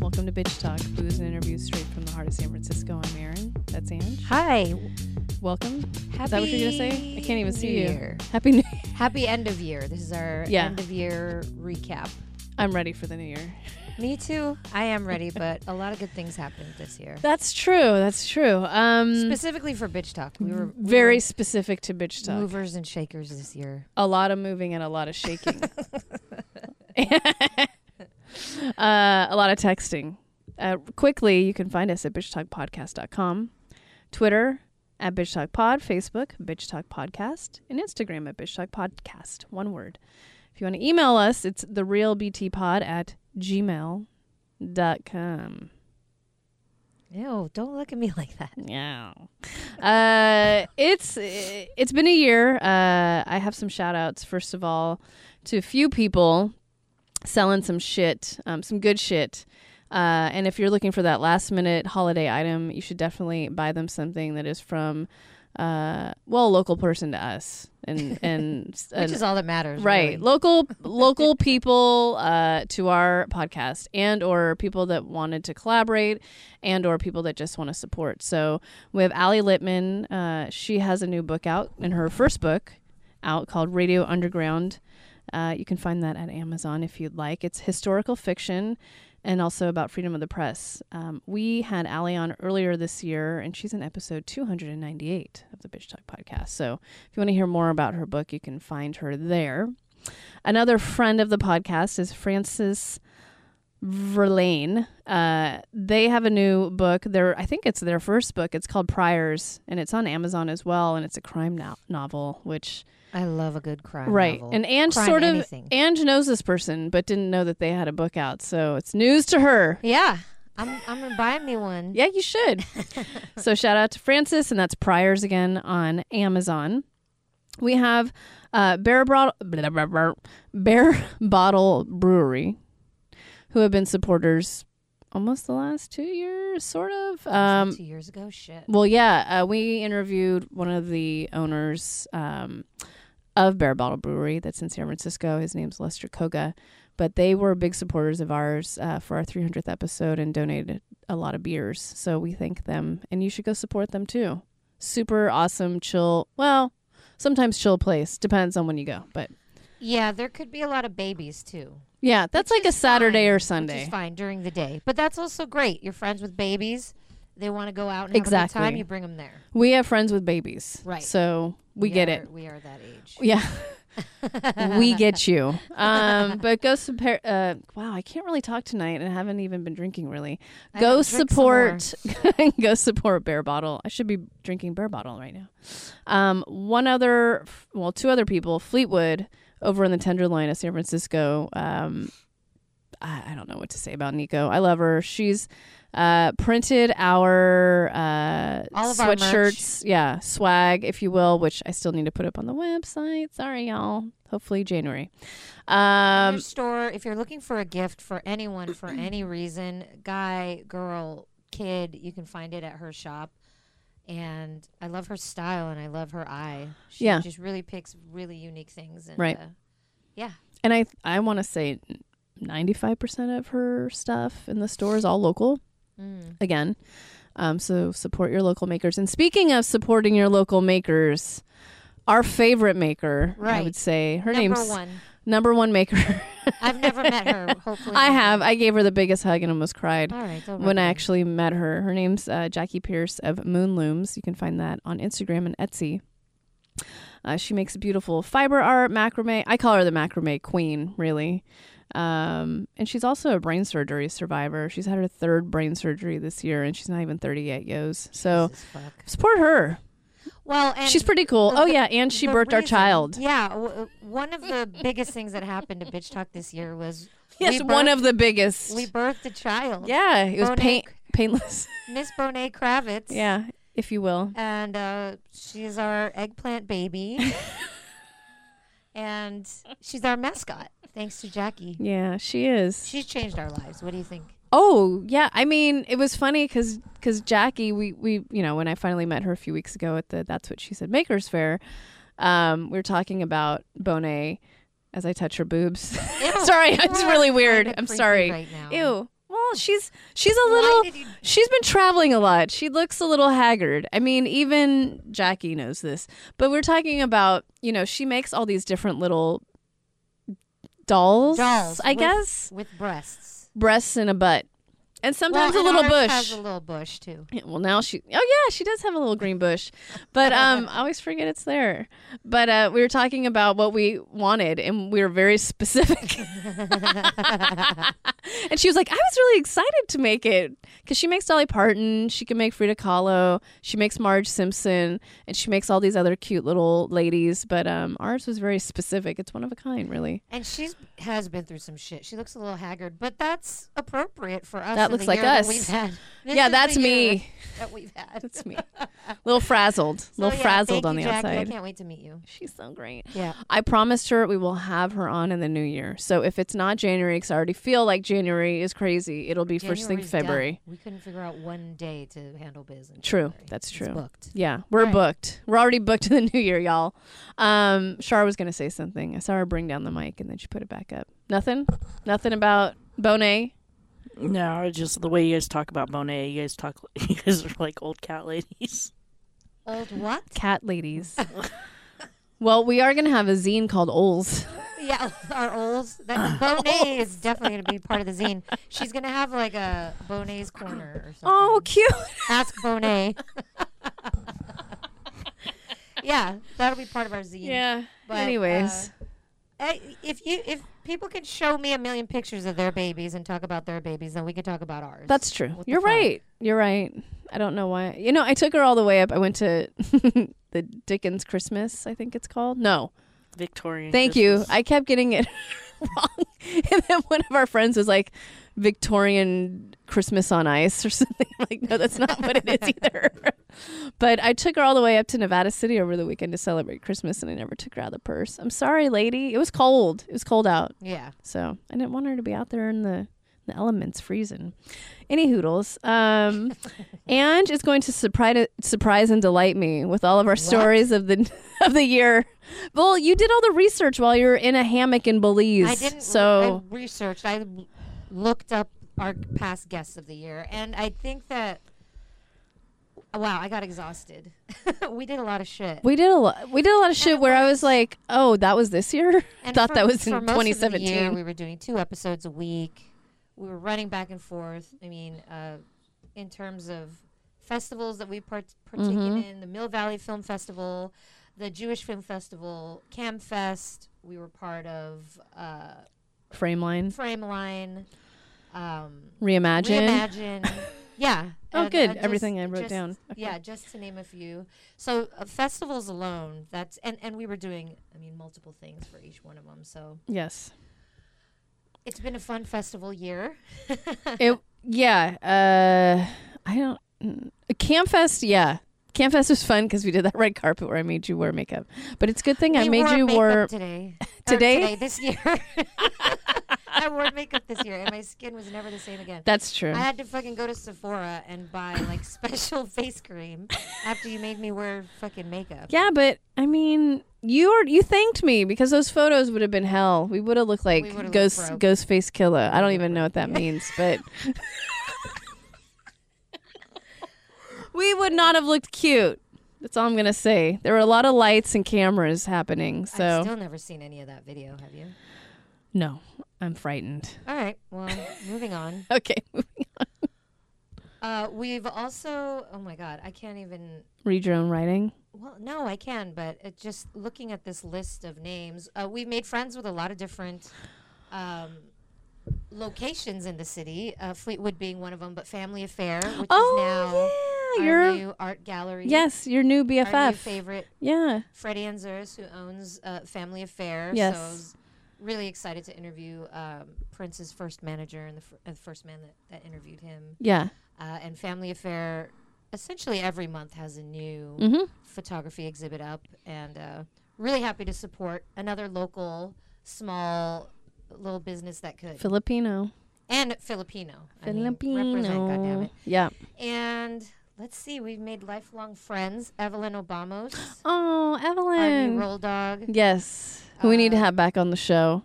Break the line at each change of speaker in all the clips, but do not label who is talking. Welcome to Bitch Talk, booze and interviews straight from the heart of San Francisco. I'm Erin. That's Ange.
Hi.
Welcome.
Happy
that what you're gonna say? I can't even see you.
Year.
Happy New
Happy end of year. This is our
Yeah.
end of year recap.
I'm ready for the new year.
Me too. I am ready, but a lot of good things happened this year.
That's true. That's true. Um,
Specifically for bitch talk, we were we
very
were
specific to Bitch Talk.
movers and shakers this year.
A lot of moving and a lot of shaking. uh, a lot of texting. Uh, quickly, you can find us at bitchtalkpodcast.com, Twitter at bitch talk pod, Facebook bitch talk podcast, and Instagram at bitch talk podcast. One word. If you want to email us, it's the real btpod at gmail.com.
Ew, don't look at me like that.
Yeah. Uh, it's it's been a year. Uh, I have some shout outs first of all to a few people selling some shit, um, some good shit. Uh, and if you're looking for that last minute holiday item, you should definitely buy them something that is from uh, well, a local person to us and and
Which is all that matters.
right
really.
local local people uh, to our podcast and or people that wanted to collaborate and or people that just want to support so we have ali littman uh, she has a new book out and her first book out called radio underground uh, you can find that at amazon if you'd like it's historical fiction and also about freedom of the press um, we had ali on earlier this year and she's in episode 298 of the bitch talk podcast so if you want to hear more about her book, you can find her there. Another friend of the podcast is Frances Verlaine. Uh, they have a new book. Their I think it's their first book. It's called Priors, and it's on Amazon as well. And it's a crime no- novel, which
I love a good crime.
right
novel.
and Ange
Crime
sort of
anything.
Ange knows this person, but didn't know that they had a book out. So it's news to her.
yeah, I'm I'm gonna buy me one.
Yeah, you should. so shout out to Francis, and that's Priors again on Amazon. We have uh, Bear, Bro- blah, blah, blah, Bear Bottle Brewery, who have been supporters almost the last two years, sort of. Um,
two years ago, shit.
well, yeah, uh, we interviewed one of the owners um, of Bear Bottle Brewery that's in San Francisco. His name's Lester Koga, but they were big supporters of ours uh, for our 300th episode and donated a lot of beers. So we thank them, and you should go support them too. Super awesome, chill. Well, sometimes chill place depends on when you go, but
Yeah, there could be a lot of babies too.
yeah, that's like a Saturday
fine,
or
Which
Sunday.
is fine during the day, but that's also great. You're friends with babies; they want to go out and have a good
Exactly.
time. You bring them there.
We have friends with babies,
Right.
So we, get
are,
it.
We are that age.
Yeah. we get you. Um, but go support. Uh, wow, I can't really talk tonight, and I haven't even been drinking really.
I
Go
know, drink some more.
support. go support Bear Bottle. I should be drinking Bear Bottle right now. Um, one other, well, two other people, Fleetwood over in the Tenderloin of San Francisco. Um, I, I don't know what to say about Nico. I love her. She's uh, printed our uh,
All of our merch.
sweatshirts, yeah, swag, if you will, which I still need to put up on the website. Sorry, y'all. Hopefully January.
Dollar
Um,
store. If you're looking for a gift for anyone for any reason, guy, girl, kid, you can find it at her shop. And I love her style, and I love her eye. She
Yeah.
just really picks really unique things. And,
Right.
uh,
and I I want to say. 95% of her stuff in the store is all local.
mm.
again. Um, so support your local makers. And speaking of supporting your local makers, our favorite maker, I
Right.
would say, her
Number
name's
one.
number one maker.
I've never met her. Hopefully,
I
one day.
have. I gave her the biggest hug and almost cried
All right. don't
when I
worry.
actually met her. Her name's uh, Jackie Pierce of Moon Looms. You can find that on Instagram and Etsy. Uh, she makes beautiful fiber art, macrame. I call her the macrame queen, really. Um, and she's also a brain surgery survivor. She's had her third brain surgery this year, and she's not even 30 yet, yo's. So
Jesus fuck.
support her.
Well, and
she's pretty cool.
the-
Oh, yeah. And she
the
birthed our
reason-
child.
Yeah, w- one of the biggest things that happened to Bitch Talk this year was
Yes,
we
one
birthed-
of the biggest.
we birthed a child.
yeah, it was
Bonet-
pain- painless.
Miss Bonet Kravitz.
yeah, if you will.
and uh, she's our eggplant baby. and she's our mascot. Thanks to Jackie.
Yeah, she is.
She's changed our lives. What do you think?
Oh yeah, I mean it was funny because Jackie, we we you know when I finally met her a few weeks ago at the that's what she said Makers Fair, um, we were talking about Bonet as I touch her boobs.
Ew,
sorry,
you
it's
are
really
kinda
weird. I'm
creepy
sorry.
Right now.
Ew. Well, she's she's a
Why
little.
did you-
She's been traveling a lot. She looks a little haggard. I mean, even Jackie knows this. But we're talking about, you know, she makes all these different little dolls,
Dolls
I
with-
guess,
with breasts.
breasts and a butt. And sometimes
Well,
a
and
little
ours
bush.
Has a little bush too.
Yeah, Well, now she. Oh yeah, she does have a little green bush, but um, I always forget it's there. But uh, we were talking about what we wanted, and we were very specific. and she was like, "I was really excited to make it because she makes Dolly Parton, she can make Frida Kahlo, she makes Marge Simpson, and she makes all these other cute little ladies. But um, ours was very specific. It's one of a kind, really.
And she's has been through some shit. She looks a little haggard, but that's appropriate for us.
That
and the
looks like
year that
us.
we've had. This
yeah,
is the
that's
year
me.
That we've had.
That's me. little frazzled, little
yeah,
frazzled
thank
on
you,
the
Jackie. I
outside.
can't wait to meet you.
She's so great.
Yeah.
I promised her we will have her on in the new year. So if it's not January, because I already feel like January is crazy, it'll be first thing
January's done.
February.
We couldn't figure out one day to handle biz. In
True.
January.
That's
It's
true.
booked.
Yeah, we're
Right.
booked. We're already booked to the new year, y'all. Um, Shar was going to say something. I saw her bring down the mic and then she put it back up. Nothing? Nothing about Bonet?
No, it's just the way you guys talk about Monet. You guys talk. You guys are like old cat ladies.
Old what?
Cat ladies. well, we are going to have a zine called Oles.
Yeah, our olds. That Bonet is definitely going to be part of the zine. She's going to have like a Bonet's corner or something.
Oh, cute.
Ask Bonet. yeah, that'll be part of our zine.
Yeah.
But, uh,
Anyways,
I, if you if people could show me a million pictures of their babies and talk about their babies, then we could talk about ours.
that's true.
what the
You're
fuck?
right. You're right. I don't know why. You know, I took her all the way up. I went to the Dickens Christmas, I think it's called. No,
Victorian.
Thank you.
Christmas.
I kept getting it wrong. And then one of our friends was like, Victorian Christmas on ice or something. I'm like, no, that's not what it is either. but I took her all the way up to Nevada City over the weekend to celebrate Christmas and I never took her out of the purse. I'm sorry, lady. It was cold. It was cold out.
yeah.
So I didn't want her to be out there in the the elements freezing. Any hoodles. Um, Ange is going to surprise surprise and delight me with all of our stories of the of the year. Well, you did all the research while you were in a hammock in Belize.
I didn't.
so
I researched. I l- looked up our past guests of the year, and I think that wow, I got exhausted. we did a lot of shit.
we did a lot, we did a lot of shit
it
where I was
was-
like, "Oh, that was this year."
And
Thought
for-
that was in
for most of the year,
2017.
we were doing two episodes a week. We were running back and forth. I mean, uh, in terms of festivals that we part- partaken
Mm-hmm.
in, the Mill Valley Film Festival, the Jewish Film Festival, Camfest. We were part of uh,
Frame line,
Frameline. Um,
reimagine.
Reimagine. yeah.
Oh,
and,
good.
uh,
Everything I wrote
just-
down.
Yeah, just to name a few. So uh, festivals alone, that's and and we were doing, I mean, multiple things for each one of them. So
Yes.
it's been a fun festival year.
it yeah uh i don't mm, campfest yeah campfest was fun because we did that red carpet where i made you wear makeup but it's a good thing i
We
made
wore
you
makeup
wear
today. Or
Today?
today this year. I wore makeup this year, and my skin was never the same again.
that's true
I had to fucking go to Sephora and buy like special face cream after you made me wear fucking makeup.
yeah but i mean you are you thanked me because those photos would have been hell we would have looked like
would've looked
ghost
broke.
ghost face killer i don't even know what that means but we would not have looked cute that's all i'm gonna say there were a lot of lights and cameras happening so
I've still never seen any of that video. Have you?
no i'm frightened
All right. Well, moving on.
okay
Uh, we've also, oh my God, I can't even.
read your own writing.
Well, no, I can, but it just looking at this list of names, uh, we've made friends with a lot of different um, locations in the city. Uh, Fleetwood being one of them, but Family Affair, which
Oh
is
yeah,
now our
your
new art gallery.
yes, your new BFF.
our new favorite,
yeah,
Freddie Anzuris, who owns uh, Family Affair.
Yes.
So I was really excited to interview um, Prince's first manager and the, fir- uh, the first man that, that interviewed him.
yeah.
uh, and Family Affair essentially every month has a new
Mhm.
photography exhibit up, and uh, really happy to support another local small little business that could
Filipino.
and Filipino. I mean,
Filipino.
represent, goddammit.
yeah.
And let's see, we've made lifelong friends. Evelyn Obamos,
Oh,
our new
Evelyn.
roll dog,
Yes. Who we need to
Uh,
have back on the show.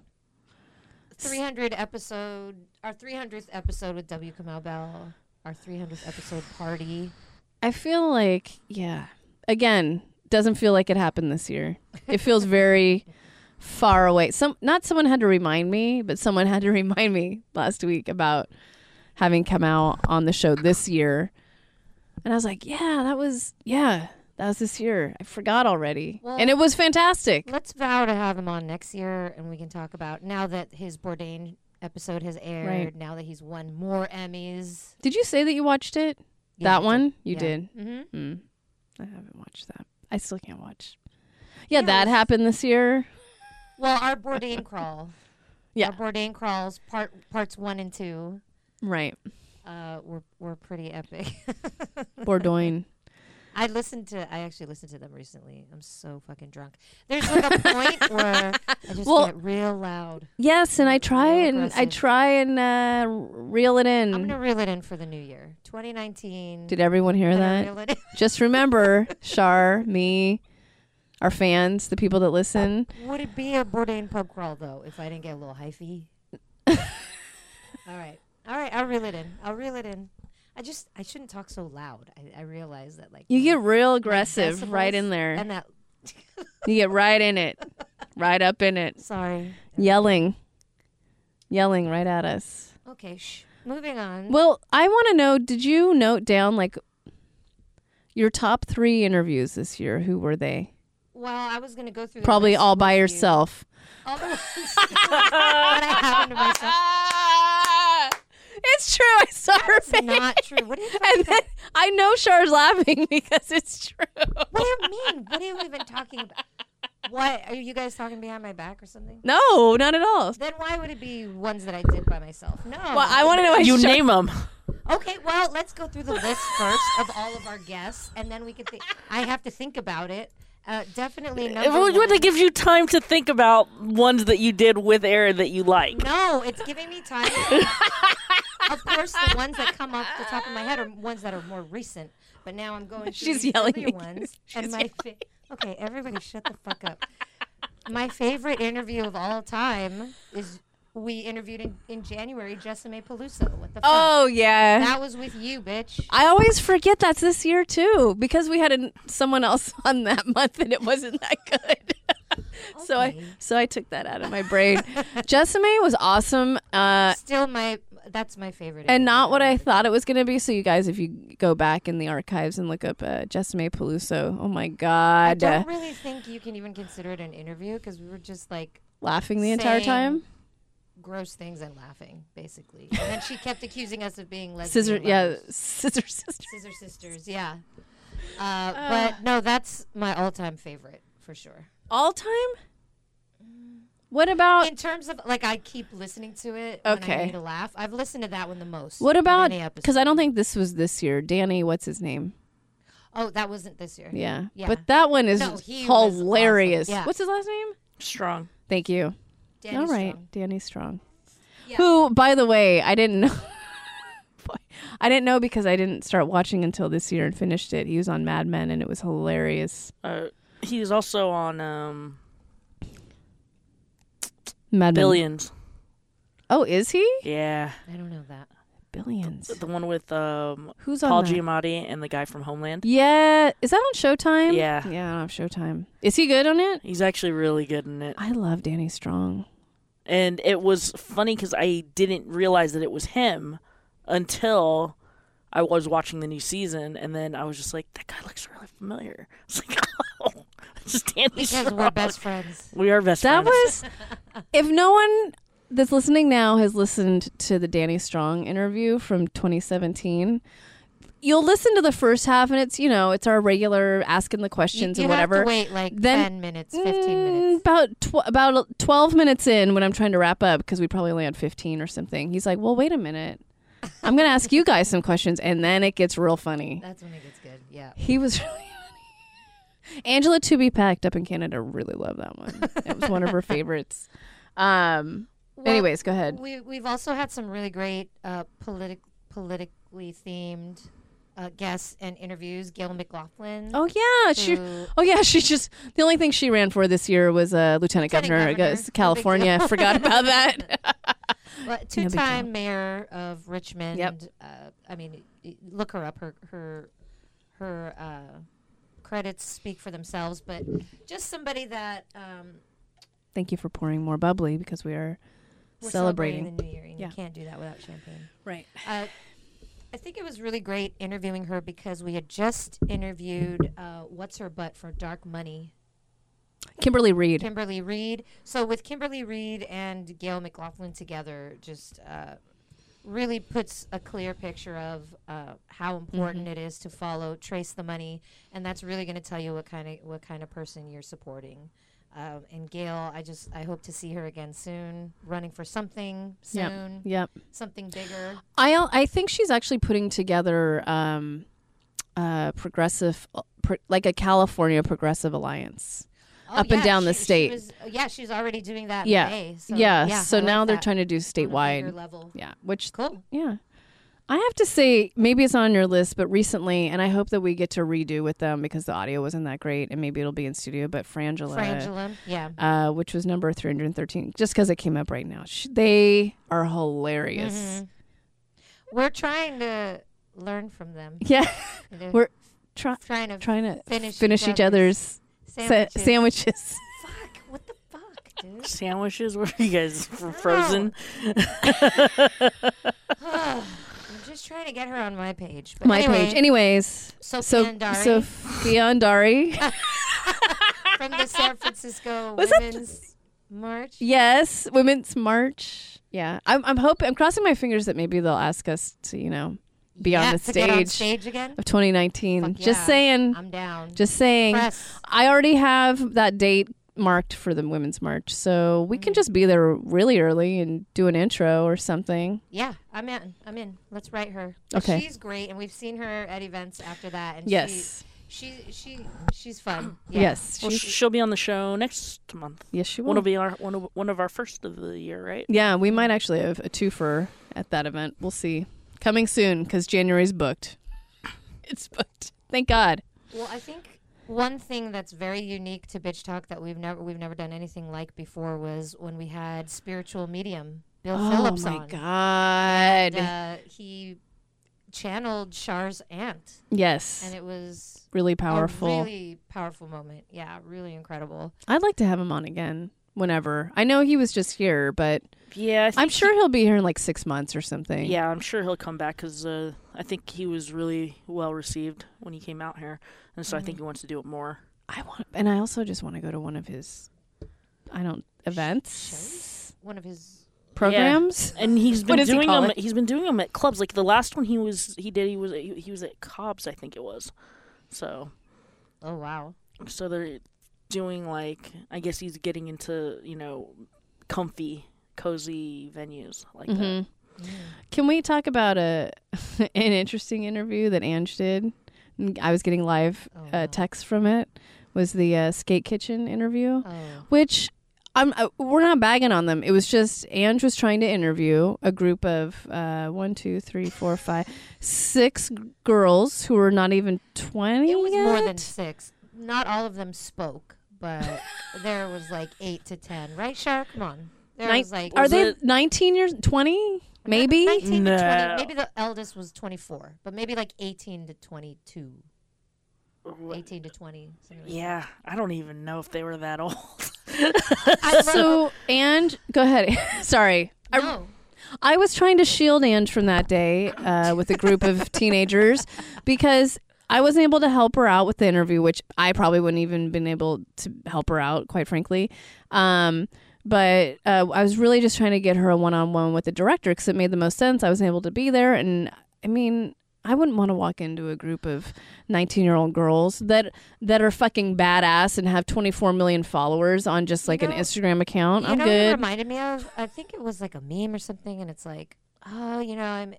300 episode, our 300th episode with W. Kamau Bell, our 300th episode party.
I feel like, yeah. Again, doesn't feel like it happened this year. It feels very far away. Some not someone had to remind me, but someone had to remind me last week about having come out on the show this year. And I was like, yeah, that was yeah, that was this year. I forgot already.
Well-
and it was fantastic.
Let's vow to have him on next year, and we can talk about now that his Bourdain episode has aired.
Right.
Now that he's won more Emmys,
Did you say that you watched it?
Yeah, I
that
did.
one? You
Yeah.
did.
Mm-hmm.
Mm. I haven't watched that. I still can't watch. Yeah,
Yeah,
that
it's-
happened this year.
Well, our Bourdain crawl,
Yeah.
our Bourdain crawls part parts one and two,
Right.
uh, were were pretty epic.
Bordoin.
I listened to. I actually listened to them recently. I'm so fucking drunk. There's like a point where I just
Well-
get real loud.
Yes, and I try
Real
and I
aggressive.
try and uh, reel it in.
I'm gonna reel it in for the new year, 2019.
Did everyone hear
gonna
that?
reel it in.
Just remember, Shar, me, our fans, the people that listen.
Would it be a Bourdain pub crawl though if I didn't get a little hyphy? All right, all right. I'll reel it in. I'll reel it in. I just I shouldn't talk so loud. I, I realize that like
You
my-
get real
my
aggressive right
decibels
in there.
and that
You get right in it, right up in it,
sorry.
yelling, yelling right at us.
Okay, shh. Moving on.
Well, I want to know did you note down like your top three interviews this year? Who were they?
Well, I was gonna go through the
Probably
list
all by
with you.
yourself.
All the ones that I have to myself.
Ah, it's true. I saw her
That's
face.
not true. What do you talking
and then
about?
I know Char's laughing because it's true.
What do you mean? What are we even talking about? What are you guys talking behind my back or something?
No, not at all.
Then why would it be ones that I did by myself? No.
Well, I want to know. why
You
Char-
name them.
Okay, well, let's go through the list first of all of our guests, and then we can think. I have to think about it. Uh, definitely number
Well, you
one.
want to give you time to think about ones that you did with Aaron that you like.
No, it's giving me time. of course, the ones that come off the top of my head are ones that are more recent. But now I'm going. through
She's
these
yelling
earlier
at you.
Ones,
She's
and my fa- okay, everybody, shut the fuck up. My favorite interview of all time is we interviewed in, in January Jessime Peluso. What the fuck?
Oh yeah.
That was with you, bitch.
I always forget that's this year too because we had an, someone else on that month and it wasn't that good. so I
Okay.
so I took that out of my brain. Jessime was awesome. Uh,
Still, my that's my favorite.
and
interview.
not what I thought it was going to be. So, you guys, if you go back in the archives and look up uh, Jessime Peluso, oh my
I
God,
don't really think you can even consider it an interview because we were just like
laughing the entire
Same.
time.
gross things and laughing, basically. And then she kept accusing us of being lesbian.
Scissor, yeah,
lovers.
scissor, sister.
Scissor sisters, yeah. Uh, but no, that's my all-time favorite for sure.
All time? Mm. What about
In terms of like, I keep listening to it. When
Okay.
I need a laugh. I've listened to that one the most.
what
of
about
any episode.
because I don't think this was this year. Danny, what's his name?
Oh, that wasn't this year.
Yeah,
Yeah.
but that one is
No, he was
hilarious.
awesome. Yeah.
What's his last name?
Strong.
Thank you.
Danny
All right,
Strong.
Danny Strong.
Yeah.
Who, by the way, I didn't know. Boy, I didn't know because I didn't start watching until this year and finished it. He was on Mad Men and it was hilarious.
Uh, he was also on um,
Mad Men.
Billions.
Oh, is he?
Yeah,
I don't know that.
Billions.
the one with um,
Who's on
Paul
that?
Giamatti and the guy from Homeland.
Yeah, is that on Showtime?
Yeah.
yeah, I don't have Showtime. Is he good on it?
He's actually really good in it,
I love Danny Strong.
and it was funny because I didn't realize that it was him until I was watching the new season, and then I was just like, "That guy looks really familiar." It's like, "Oh, it's just Danny
Because
Strong."
we're best friends.
We are best
That
friends.
was, if no one that's listening now has listened to the Danny Strong interview from 2017. You'll listen to the first half, and it's you know it's our regular asking the
You,
questions
you
and
have
whatever.
to wait like
Then-
ten minutes, fifteen
Mm,
minutes.
About tw- about twelve minutes in, when I'm trying to wrap up because we probably only had fifteen or something. He's like, "Well, wait a minute, I'm going to ask you guys Mm. some questions," and then it gets real funny.
That's when it gets good. Yeah.
He was really funny, Angela To Be Packed up in Canada really loved that one. It was one of her favorites. Um.
Well,
anyways, go ahead.
We we've also had some really great uh, politic politically themed uh, guests and interviews. Gail McLaughlin.
Oh yeah, she.
who-
Oh yeah, she just. The only thing she ran for this year was uh, lieutenant,
Lieutenant
governor, I
governor.
guess,
No big
California.
deal.
Forgot about that.
Well,
big
two-time mayor of Richmond. Uh, I mean, y- look her up. Her her her uh, credits speak for themselves. But just somebody that um,
Thank you for pouring more bubbly because we are
we're
celebrating.
celebrating. the new year, and
Yeah.
you can't do that without champagne.
Right.
Uh, I think it was really great interviewing her because we had just interviewed uh, what's her butt for Dark Money,
Kimberly Reed.
Kimberly Reed. So with Kimberly Reed and Gail McLaughlin together, just uh, really puts a clear picture of uh, how important
Mm-hmm.
it is to follow, trace the money, and that's really going to tell you what kind of what kind of person you're supporting. Um, and Gail, I just I hope to see her again soon, running for something
Yep.
soon,
Yep.
something bigger.
I al- I think she's actually putting together um, uh, progressive, pro- like a California progressive alliance.
Oh,
Up and down the
she- she
state.
was- oh, yeah, she's already doing that. in
Yeah.
May, so,
yeah.
I
So
like
now they're
that.
trying to do
On a bigger
statewide.
level.
Yeah. Which
Cool.
yeah. I have to say, maybe it's not on your list, but recently, and I hope that we get to redo with them because the audio wasn't that great, and maybe it'll be in studio. But Frangela,
Frangela. Yeah.
Uh, which was number three hundred thirteen, just because it came up right now. Sh they are hilarious.
Mhm. We're trying to learn from them.
Yeah,
You know,
We're try-
trying to
trying to
Mm-hmm. Finish
finish,
each
each other's sa-
sandwiches.
sandwiches.
Fuck! What the fuck, dude?
Sandwiches? What are you guys from Frozen?
I'm just trying to get her on my page. But
my
anyway,
page. Anyways,
Sophia
so
Andari
Sophia Andari.
from the San Francisco
Was that-
Women's March.
yes, Women's March. Yeah, I'm. I'm hoping. I'm crossing my fingers that maybe they'll ask us to, you know, be
Yeah,
on the
to get on
stage,
stage again.
of 2019.
Fuck
Just
yeah.
saying.
I'm down.
just saying.
Press.
I already have that date marked for the Women's March, so we
Mm.
can just be there really early and do an intro or something.
Yeah, I'm in. I'm in. Let's write her.
Okay.
She's great, and we've seen her at events after that. And
Yes.
She, she, she she's fun. Yeah.
Yes.
Well,
she's-
she'll be on the show next month.
yes, she will.
One will be our one of, one of our first of the year, right?
Yeah, we might actually have a twofer at that event. We'll see. Coming soon because January's booked. It's booked. Thank God.
Well, I think one thing that's very unique to Bitch Talk that we've never we've never done anything like before was when we had spiritual medium Bill Phillips
oh my
on.
God.
And, uh, he channeled Char's aunt,
yes.
and it was
really powerful.
a really powerful moment. Yeah, really incredible.
I'd like to have him on again whenever. I know he was just here, but
Yeah, I think
I'm sure he'll be here in like six months or something.
Yeah, I'm sure he'll come back because uh, I think he was really well received when he came out here, and so I think he wants to do it more.
I want, and I also just want to go to one of his, I don't, events,
One of his
programs.
And he's
What
been
does he
doing
call
them.
it?
He's been doing them at clubs. Like the last one he was, he did. He was he, he was at Cobb's, I think it was. So
oh wow.
so they're doing like I guess he's getting into you know comfy, cozy venues like
Mm-hmm.
that.
Mm.
Can we talk about a an interesting interview that Ange did? And I was getting live
Oh,
uh,
no.
text from it. Was the uh, skate kitchen interview,
Oh.
which I'm uh, we're not bagging on them. It was just Ange was trying to interview a group of uh, one, two, three, four, five, six g- girls who were not even twenty.
It was
yet.
more than six. Not all of them spoke, but there was like eight to ten, right, Shar? Come on. There
Nin-
was like
Are
Was
they
it-
nineteen years, twenty? Maybe.
19 to 20.
No.
Maybe the eldest was 24, but maybe like 18 to 22.
Wha-
18 to 20. something like
Yeah, I don't even know if they were that old.
that. I love,
So and go ahead. Sorry, I
no.
I was trying to shield Ange from that day uh, with a group of teenagers because I wasn't able to help her out with the interview, which I probably wouldn't even been able to help her out, quite frankly. Um, but uh, I was really just trying to get her a one-on-one with the director because it made the most sense. I was able to be there, and I mean, I wouldn't want to walk into a group of nineteen-year-old girls that that are fucking badass and have twenty-four million followers on just like
know-
an Instagram account.
You
I'm
know what it
good.
reminded me of? I think it was like a meme or something, and it's like, oh, you know, I'm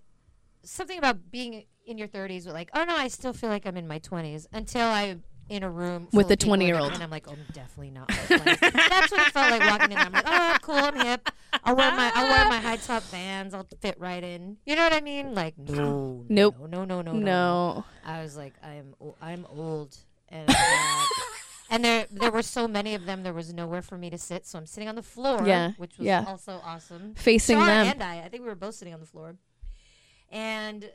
something about being in your 30s, but like, oh no, I still feel like I'm in my 20s until I in a room
With
full
the
of people and-
20-year-old.
and I'm like, oh, I'm definitely not. like playing." That's what it felt like walking in. I'm like, oh, I'm cool, I'm hip. I'll wear my I'll wear my high top Vans. I'll fit right in. You know what I mean? Like, no,
Nope.
no, no, no, no.
No.
I was like, I'm o- I'm old, and I'm not- and there there were so many of them. There was nowhere for me to sit, so I'm sitting on the floor.
Yeah,
which was
yeah.
also awesome.
Facing
Shar
them.
and I, I think we were both sitting on the floor, and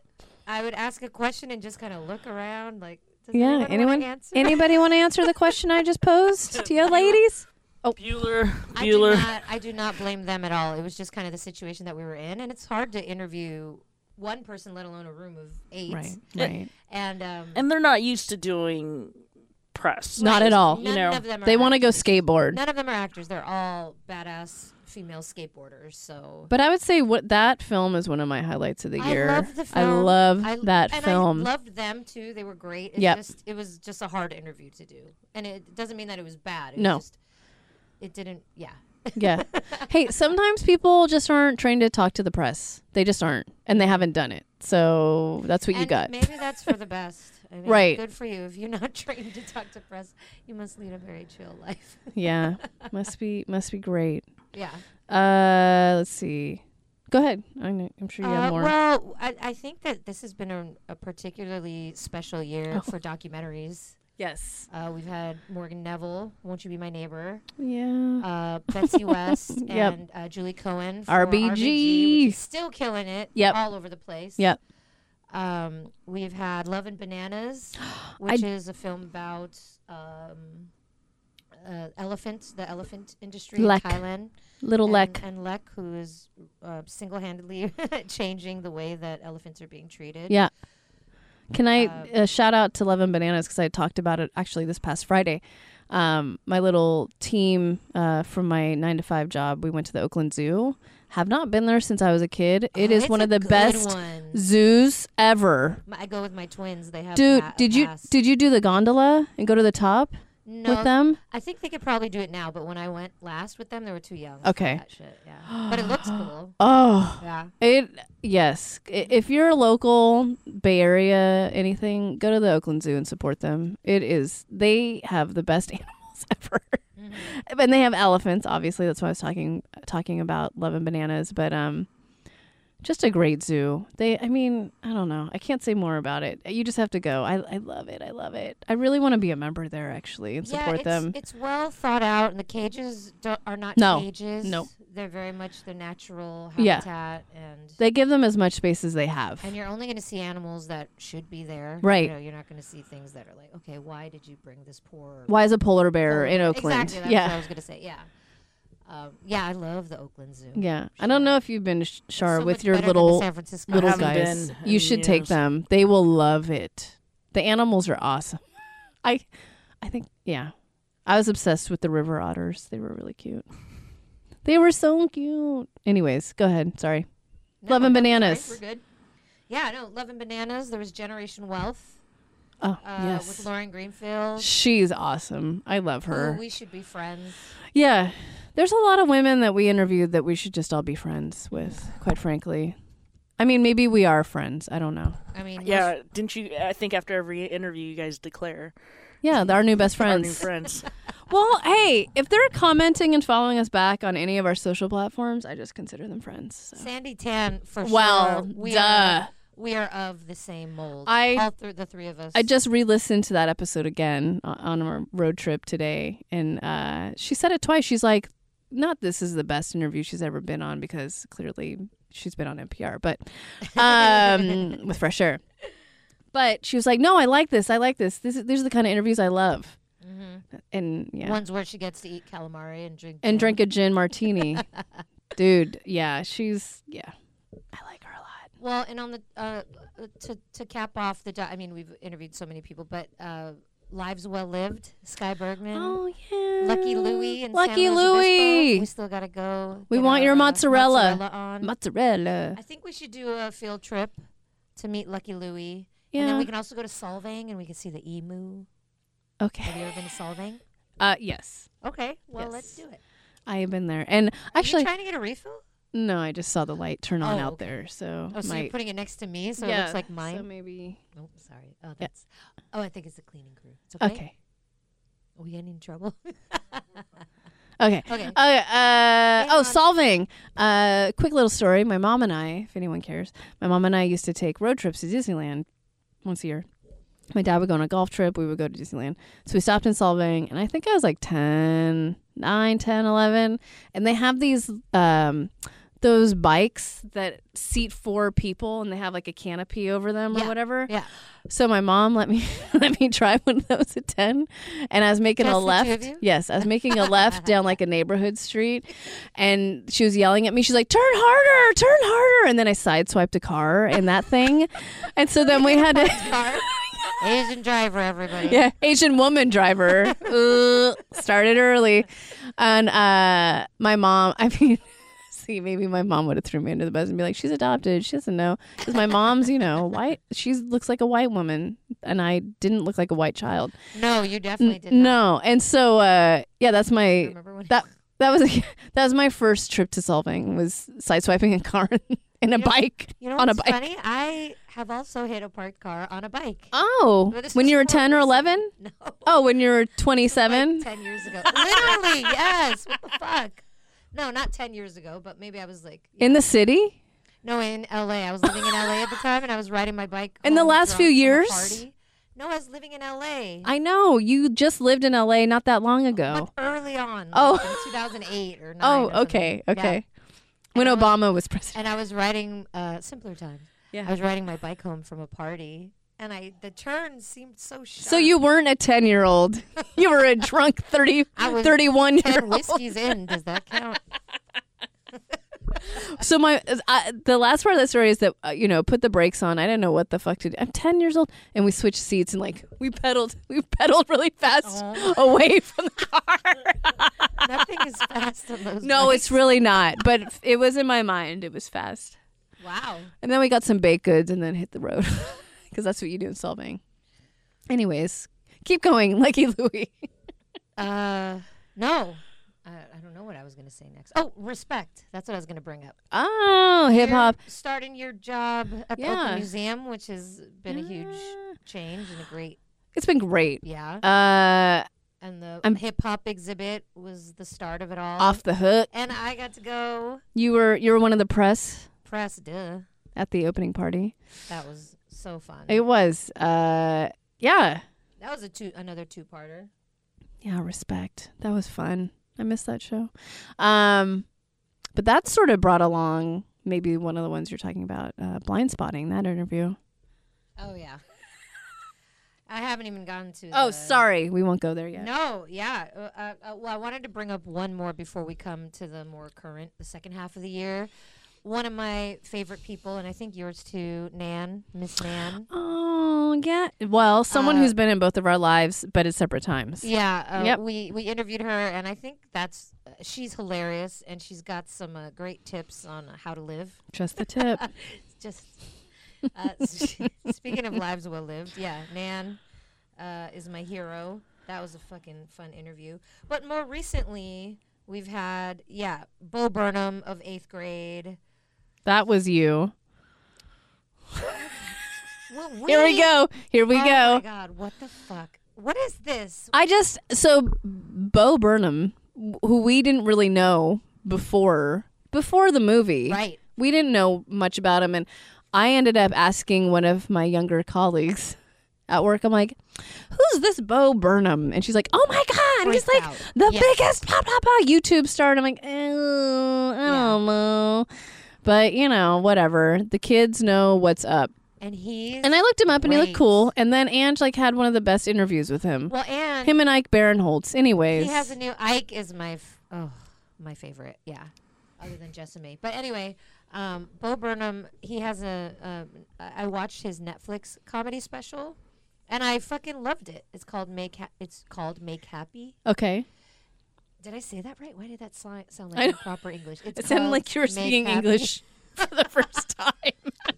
I would ask a question and just kind of look around, like, does
Yeah,
anyone, wanna
anyone-
answer?
Anybody want to answer the question I just posed to you ladies?
Bueller,
I do
Bueller.
not. I do not blame them at all. It was just kind of the situation that we were in, and it's hard to interview one person, let alone a room of eight.
Right, right.
And um,
and they're not used to doing press.
Not at all.
none
you know,
of them. Are
They want to
actors.
go skateboard.
None of them are actors. They're all badass female skateboarders. So
But I would say what that film is one of my highlights of the year.
I love the
I
film.
love
I-
that
and
film.
I loved them too. They were great. It
Yep.
just it was just a hard interview to do, and it doesn't mean that it was bad. It
No.
was just, it didn't. Yeah,
yeah. Hey, sometimes people just aren't trained to talk to the press. They just aren't, and they haven't done it. So that's what you
And
got.
Maybe that's for the best. I mean,
Right.
Good for you. If you're not trained to talk to press, you must lead a very chill life.
yeah, must be must be great.
yeah.
Uh, let's see. Go ahead. I know, I'm sure you have
Uh,
more.
Well, I, I think that this has been a, a particularly special year
Oh.
for documentaries.
yes.
Uh, we've had Morgan Neville, "Won't You Be My Neighbor,"
Yeah.
uh, Betsy West
Yep.
and uh, Julie Cohen. For
RBG.
RBG, which is still killing it
Yep.
all over the place.
yep.
Um, we've had Love and Bananas, which is a film about um, uh, elephants, the elephant industry
Lek.
in Thailand.
Little
and,
Lek.
And Lek, who is uh, single handedly changing the way that elephants are being treated.
Yeah. Can I
Um,
uh, shout out to Love and Bananas because I talked about it actually this past Friday. Um, my little team uh, from my nine to five job, we went to the Oakland Zoo. Have not been there since I was a kid. It
Oh,
is
it's
one
a
of the
good
best
one.
zoos ever.
My- I go with my twins. They have.
Dude,
pa- a
did you
pass.
did you do the gondola and go to the top
no,
with them?
I think they could probably do it now, but when I went last with them, they were too young.
Okay.
For that shit, yeah. But it looks cool.
Oh,
Yeah.
It yes, I- if you're a local Bay Area anything, go to the Oakland Zoo and support them. It is they have the best animals ever,
Mm-hmm.
and they have elephants. Obviously, that's why I was talking talking about Love and Bananas, but um, just a great zoo. They, I mean, I don't know, I can't say more about it. You just have to go. I I love it. I love it. I really want to be a member there actually and
yeah,
support
it's,
them.
It's well thought out, and the cages don't, are not
No.
cages.
Nope.
They're very much their natural
Yeah.
habitat, and
They give them as much space as they have.
and you're only going to see animals that should be there.
Right.
You know, you're not going to see things that are like, okay, why did you bring this poor?
Why is a polar bear
polar
in
bear?"
Oakland?
Oh, Exactly. That's
yeah.
what I was going to say. Yeah. Um, yeah, I love the Oakland Zoo.
Yeah, I don't know if you've been to Sh- Shar
so
with
much
your
better than the
little
San Francisco
little
I haven't
guys.
been
You
in
should take
years.
them. They will love it. The animals are awesome. I, I think yeah, I was obsessed with the river otters. They were really cute. They were so cute. Anyways, go ahead. Sorry.
No,
Love and
no, it's all right.
Bananas.
We're good. Yeah, no, Love and Bananas. There was Generation Wealth
Oh
uh, with
yes,
Lauren Greenfield.
she's awesome. I love
Ooh,
Oh,
her.
we should be friends.
yeah, there's a lot of women that we interviewed that we should just all be friends with. Quite frankly, I mean maybe we are friends. I don't know.
I mean, most-
Yeah, didn't you? I think after every interview, you guys declare
Yeah, our new best
our
friends.
new friends.
Well, hey, if they're commenting and following us back on any of our social platforms, I just consider them friends. So.
Sandy Tan for
Well,
sure. We
duh.
Are, we are of the same mold.
I-
all through the three of us.
I just re-listened to that episode again o- on our road trip today, and uh, she said it twice. She's like, "Not this is the best interview she's ever been on because clearly she's been on NPR, but um, with fresh air." But she was like, "No, I like this. I like this. This is, these are the kind of interviews I love." And yeah,
Mm-hmm. ones where she gets to eat calamari and drink
and
gin.
drink a gin martini. Dude, yeah, she's yeah. I like her a lot.
Well, and on the uh, to to cap off the. Do- I mean, we've interviewed so many people, but uh, lives well lived. Sky Bergman.
Oh yeah.
Lucky Louie and
Lucky
San Luis Obispo.
Louie.
We still gotta go.
We
get
want
our,
your
uh,
mozzarella.
mozzarella on.
Mozzarella.
I think we should do a field trip to meet Lucky Louie. And
Yeah.
then we can also go to Solvang and we can see the emu. Have you
Okay.
ever been to Solvang?
Uh yes.
Okay. Well, let's
Yes.
do it.
I have been there. And
Are
actually
you trying to get a refill?
no, I just saw the light turn on
Oh,
out
okay.
there. So
Oh, so
my
you're putting it next to me so it
yeah,
looks like
So
mine?
maybe
oh, sorry. Oh, that's. Oh, I think it's the cleaning crew. It's okay.
Okay.
Are we getting in trouble?
Okay.
Okay.
Uh, uh, oh,
on.
solving. Uh, quick little story. My mom and I, if anyone cares, my mom and I used to take road trips to Disneyland once a year. My dad would go on a golf trip. We would go to Disneyland. So we stopped in Solving, and I think I was like 10, 9, 10, 11. And they have these, um, those bikes that seat four people, and they have like a canopy over them
Yeah.
or whatever.
yeah.
So my mom let me let me try one of those at ten, and I was making a
Just the two of
left.
you?
Yes, I was making a left down like a neighborhood street, and she was yelling at me. She's like, "Turn harder, turn harder!" And then I sideswiped a car and that thing, and so then we had to.
Car. Asian driver, everybody.
Yeah, Asian woman driver Ugh, started early, and uh, my mom. I mean, see, maybe my mom would have threw me under the bus and be like, "She's adopted. She doesn't know." Because my mom's, you know, white. She looks like a white woman, and I didn't look like a white child.
No, you definitely did. not
No, and so uh, yeah, that's my
Remember when
that that was that was my first trip to solving was sideswiping a car and a
You know-
bike
you know
on a
what's
bike.
funny? I have also hit a parked car on a bike.
Oh,
But this
when
was
you were
more
ten or
recent.
eleven.
No.
Oh, when you were
like
twenty-seven.
ten years ago. Literally, yes. What the fuck? No, not ten years ago, but maybe I was like
In the city?
no in L.A. I was living in L.A. at the time, and I was riding my bike.
In the
home
last few
drunk from a
years?
party. No, I was living in L.A.
I know. You just lived in LA not that long
but
ago.
early on. like
Oh.
in 2008 or 9 or
Oh,
something.
okay.
Yeah.
Okay. When
And I was-
Obama was president.
And I was riding uh, simpler times.
Yeah.
I was riding my bike home from a party, and I the turns seemed so sharp.
So you weren't a 10 year old. You were a drunk 30,
I was
31 year
ten
old.
whiskeys in. Does that count?
So my uh, I, the last part of the story is that uh, you know put the brakes on. I didn't know what the fuck to do. I'm 10 years old and we switched seats and like we pedaled we pedaled really fast away from the
Nothing is fast on those.
No,
bikes.
it's really not. But it was in my mind. It was fast.
wow.
And then we got some baked goods and then hit the road because that's what you do in solving. Anyways, keep going, Lucky Louie.
Uh, no. I, I don't know what I was going to say next. Oh, respect. That's what I was going to bring up.
Oh, hip
You're
hop.
Starting your job at the
Yeah.
Oakland Museum, which has been
Ah.
a huge
Yeah.
change and a great,
It's been great.
yeah.
Uh,
And the
I'm-
hip hop exhibit was the start of it all.
off the hook.
And I got to go
You were you were one of the press
press. Duh.
at the opening party.
That was so fun.
It was. Uh, yeah,
that was a two another two parter.
yeah. Respect. That was fun. I missed that show. Um, but that sort of brought along maybe one of the ones you're talking about, uh, blind spotting. That interview.
Oh yeah. I haven't even gotten to.
Oh,
the-
sorry, we won't go there yet.
No, yeah. Uh, uh, uh, well, I wanted to bring up one more before we come to the more current, the second half of the year. One of my favorite people, and I think yours too, Nan, Miss Nan.
Oh yeah. Well, someone
Uh,
who's been in both of our lives, but at separate times.
Yeah, uh,
Yep.
we we interviewed her, and I think that's uh, she's hilarious, and she's got some uh, great tips on how to live.
Just the tip.
Just uh, s- speaking of lives well lived, yeah, Nan uh, is my hero. That was a fucking fun interview. But more recently, we've had yeah, Bo Burnham of eighth grade.
that was you.
What,
Here we
what-
go. Here we
oh
go.
my god, what the fuck? What is this?
I just so Bo Burnham, who we didn't really know before before the movie.
Right.
We didn't know much about him, and I ended up asking one of my younger colleagues at work. I'm like, "Who's this Bo Burnham?" And she's like, "Oh my god, he's
Freaked
like
out.
the
Yeah.
biggest blah, blah, blah YouTube star." And I'm like, "Oh, I don't know." But you know, whatever. The kids know what's up.
And he's
And I looked him up, and he looked
Great.
cool. And then Ange like had one of the best interviews with him.
well, and
Him and Ike Barinholtz. Anyways,
he has a new Ike is my f- oh my favorite. Yeah, other than Jessamy. But anyway, um, Bo Burnham he has a um, I I watched his Netflix comedy special, and I fucking loved it. It's called Make ha- It's called Make Happy.
okay.
Did I say that right? Why did that sli- sound
I
like
don't-
proper English? It's
It sounded
called
like you were
Make
speaking
Happy.
English for the first time.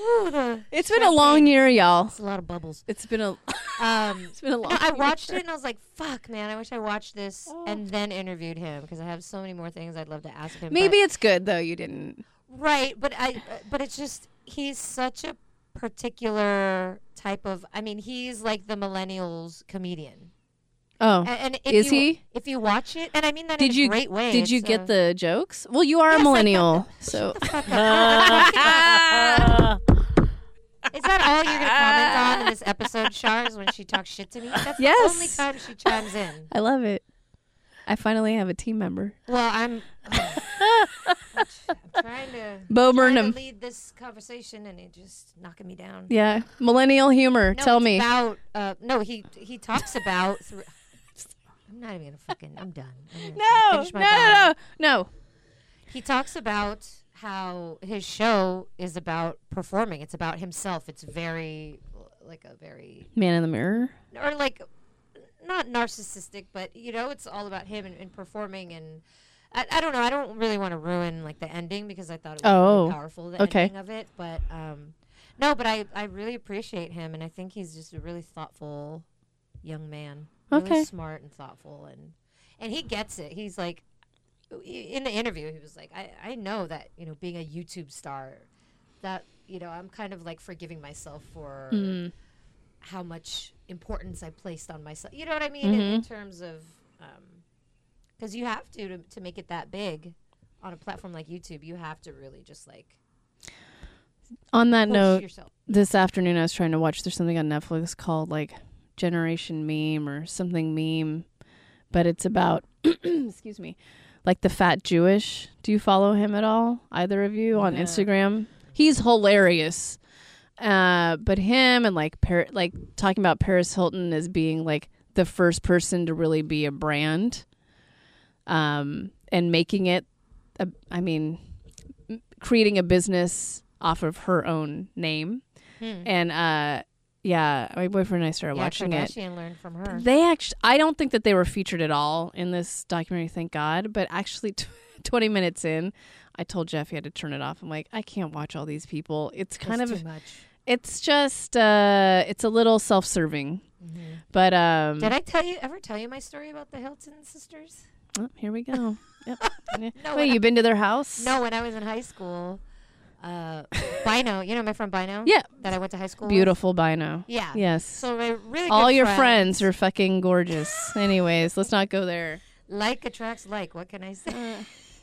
Ooh, the-
It's been a long year, y'all.
it's a lot of bubbles.
It's been a
Um,
it's been a long.
No, I
year. Oh.
watched it and I was like, "Fuck, man! I wish I watched this and then interviewed him because I have so many more things I'd love to ask him." but-
Maybe it's good though. You didn't.
uh, Right, but I but it's just he's such a particular type of. I mean, he's like the millennials comedian.
Oh,
A- And, if
Is
you,
he?
If you watch it, and I mean that
did
in
you
a great way.
did you
it's
get
a-
the jokes? Well, you are
Yes, I
a
got
millennial,
them.
so
Fuck up. Is that all you're gonna comment on in this episode, Shars? When she talks shit to me, that's
Yes.
the only time she chimes in.
I love it. I finally have a team member,
Well, I'm. I'm trying to.
Bo
trying to
Burnham.
lead this conversation, and it just knocking me down.
Yeah, millennial humor.
No,
Tell
it's
me.
about. Uh, no, he he talks about. Through, I'm not even gonna fucking. I'm done. I'm gonna
No,
finish
no,
my
no,
bottle.
no,
He talks about how his show is about performing. It's about himself. It's very like a very
no. Man in the mirror.
or like not narcissistic, but you know, it's all about him and, and performing and. I, I don't know. I don't really want to ruin like the ending because I thought it was
Oh,
really powerful the
okay.
ending of it. But um, no, but I, I really appreciate him and I think he's just a really thoughtful young man.
Okay.
Really smart and thoughtful and and he gets it. He's like in the interview he was like I, I know that you know being a youtube star that you know i'm kind of like forgiving myself for
Mm.
how much importance i placed on myself you know what i mean in,
Mm-hmm.
in terms of because you have to, to to make it that big on a platform like youtube you have to really just like
On that
push
note,
yourself
this afternoon I was trying to watch there's something on Netflix called like Generation Meme or something meme, but it's about excuse me, like the fat Jewish. Do you follow him at all? Either of you on Instagram? He's hilarious. Uh, but him and like Par- like talking about Paris Hilton as being like the first person to really be a brand, um, and making it. A, I mean, m- creating a business off of her own name, and uh, yeah, my boyfriend and I started
Hmm. yeah,
watching it.
kardashian learned from her
They actually, I don't think that they were featured at all in this documentary, thank God. But actually, t- 20 minutes in, I told Jeff he had to turn it off. I'm like, I can't watch all these people. It's kind
It's
of,
too much
it's just, uh, it's a little self serving. But um,
Mm-hmm. did i tell you ever tell you my story about the hilton sisters
oh, here we go. Yep. Yeah.
No,
Wait,
when
you been to their house?
No, when I was in high school, uh, Bino, you know my friend Bino?
Yeah.
That I went to high school with?
Beautiful bino.
Yeah.
Yes.
So my really
all
good
your
friend,
friends are fucking gorgeous. Anyways, let's not go there.
Like attracts like. What can I say?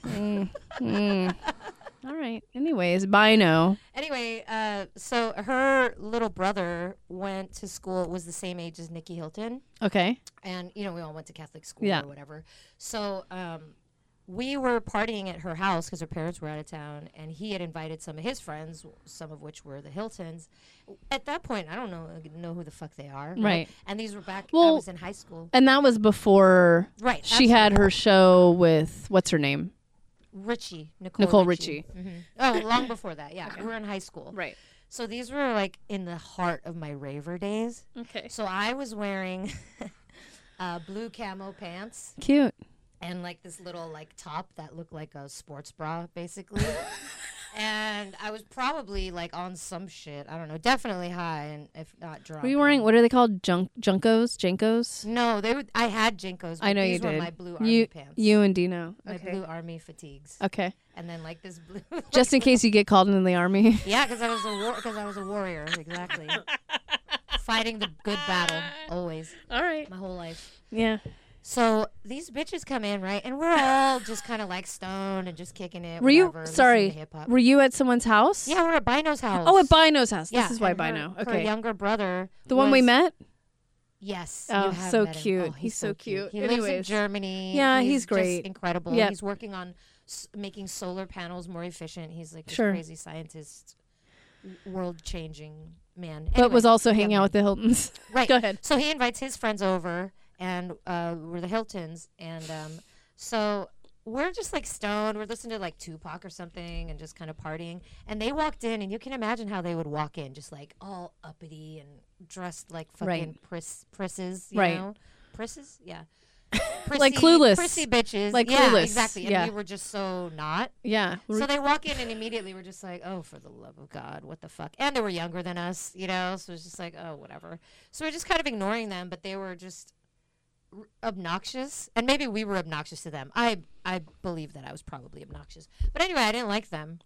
All right. Anyways, bino.
anyway, uh, so her little brother went to school, was the same age as Nikki Hilton.
Okay.
and you know we all went to Catholic school
Yeah.
or whatever. So um, we were partying at her house because her parents were out of town, and he had invited some of his friends, some of which were the Hiltons. At that point, I don't know know who the fuck they are,
Right.
And these were back. I
Well-
was in high school,
And that was before
right?
She had her show with what's her name?
Richie Nicole,
Nicole
Richie.
Richie.
Oh, long before that, yeah. We were in high school,
Right.
So these were like in the heart of my raver days.
Okay.
So I was wearing uh, blue camo pants.
Cute.
and like this little like top that looked like a sports bra basically and i was probably like on some shit i don't know definitely high and if not drunk
Were you wearing what are they called? Junk Junkos? Jankos?
no they would i had jinkos but
I know
these
you
were
did.
my blue army
you,
pants
you and Dino.
my blue army fatigues
Okay.
and then like this blue
Just in case you get called into the army.
yeah because i was a war because i was a warrior exactly fighting the good battle always
All right.
my whole life
Yeah.
so these bitches come in right and we're all just kind of like stoned and just kicking it
Were you
whatever, listening to
sorry?
hip-hop.
Were you at someone's house?
Yeah, we're at Bino's house.
Oh, at Bino's house.
Yeah,
this is why
and her-
Bino.
Her
Okay.
younger brother.
the one we
was-
met.
Yes.
Oh,
you have
so
met him.
cute.
Oh, he's,
He's so cute.
He lives in
Anyways.
Germany.
Yeah, he's
just
great.
incredible.
Yeah.
He's working on s- making solar panels more efficient. He's like this
Sure.
crazy scientist, world changing man.
but was
Anyway,
also
yeah,
hanging
man.
out with the Hiltons.
Right.
Go ahead.
So he invites his friends over, and uh, we're the Hiltons, and um, so we're just like stoned. We're listening to like Tupac or something, and just kind of partying. And they walked in, and you can imagine how they would walk in, just like all uppity and dressed like fucking
Right.
priss, prisses, you
Right.
know, prisses, yeah. Prissy-
Clueless.
prissy bitches,
Like
yeah,
Clueless,
exactly. And
yeah.
we were just so not.
Yeah.
So they walk in and immediately we're just like, oh, for the love of God, what the fuck? And they were younger than us, you know? So it's just like, oh, whatever. So we're just kind of ignoring them, but they were just r- obnoxious. And maybe we were obnoxious to them. I I believe that I was probably obnoxious. But anyway, I didn't like them.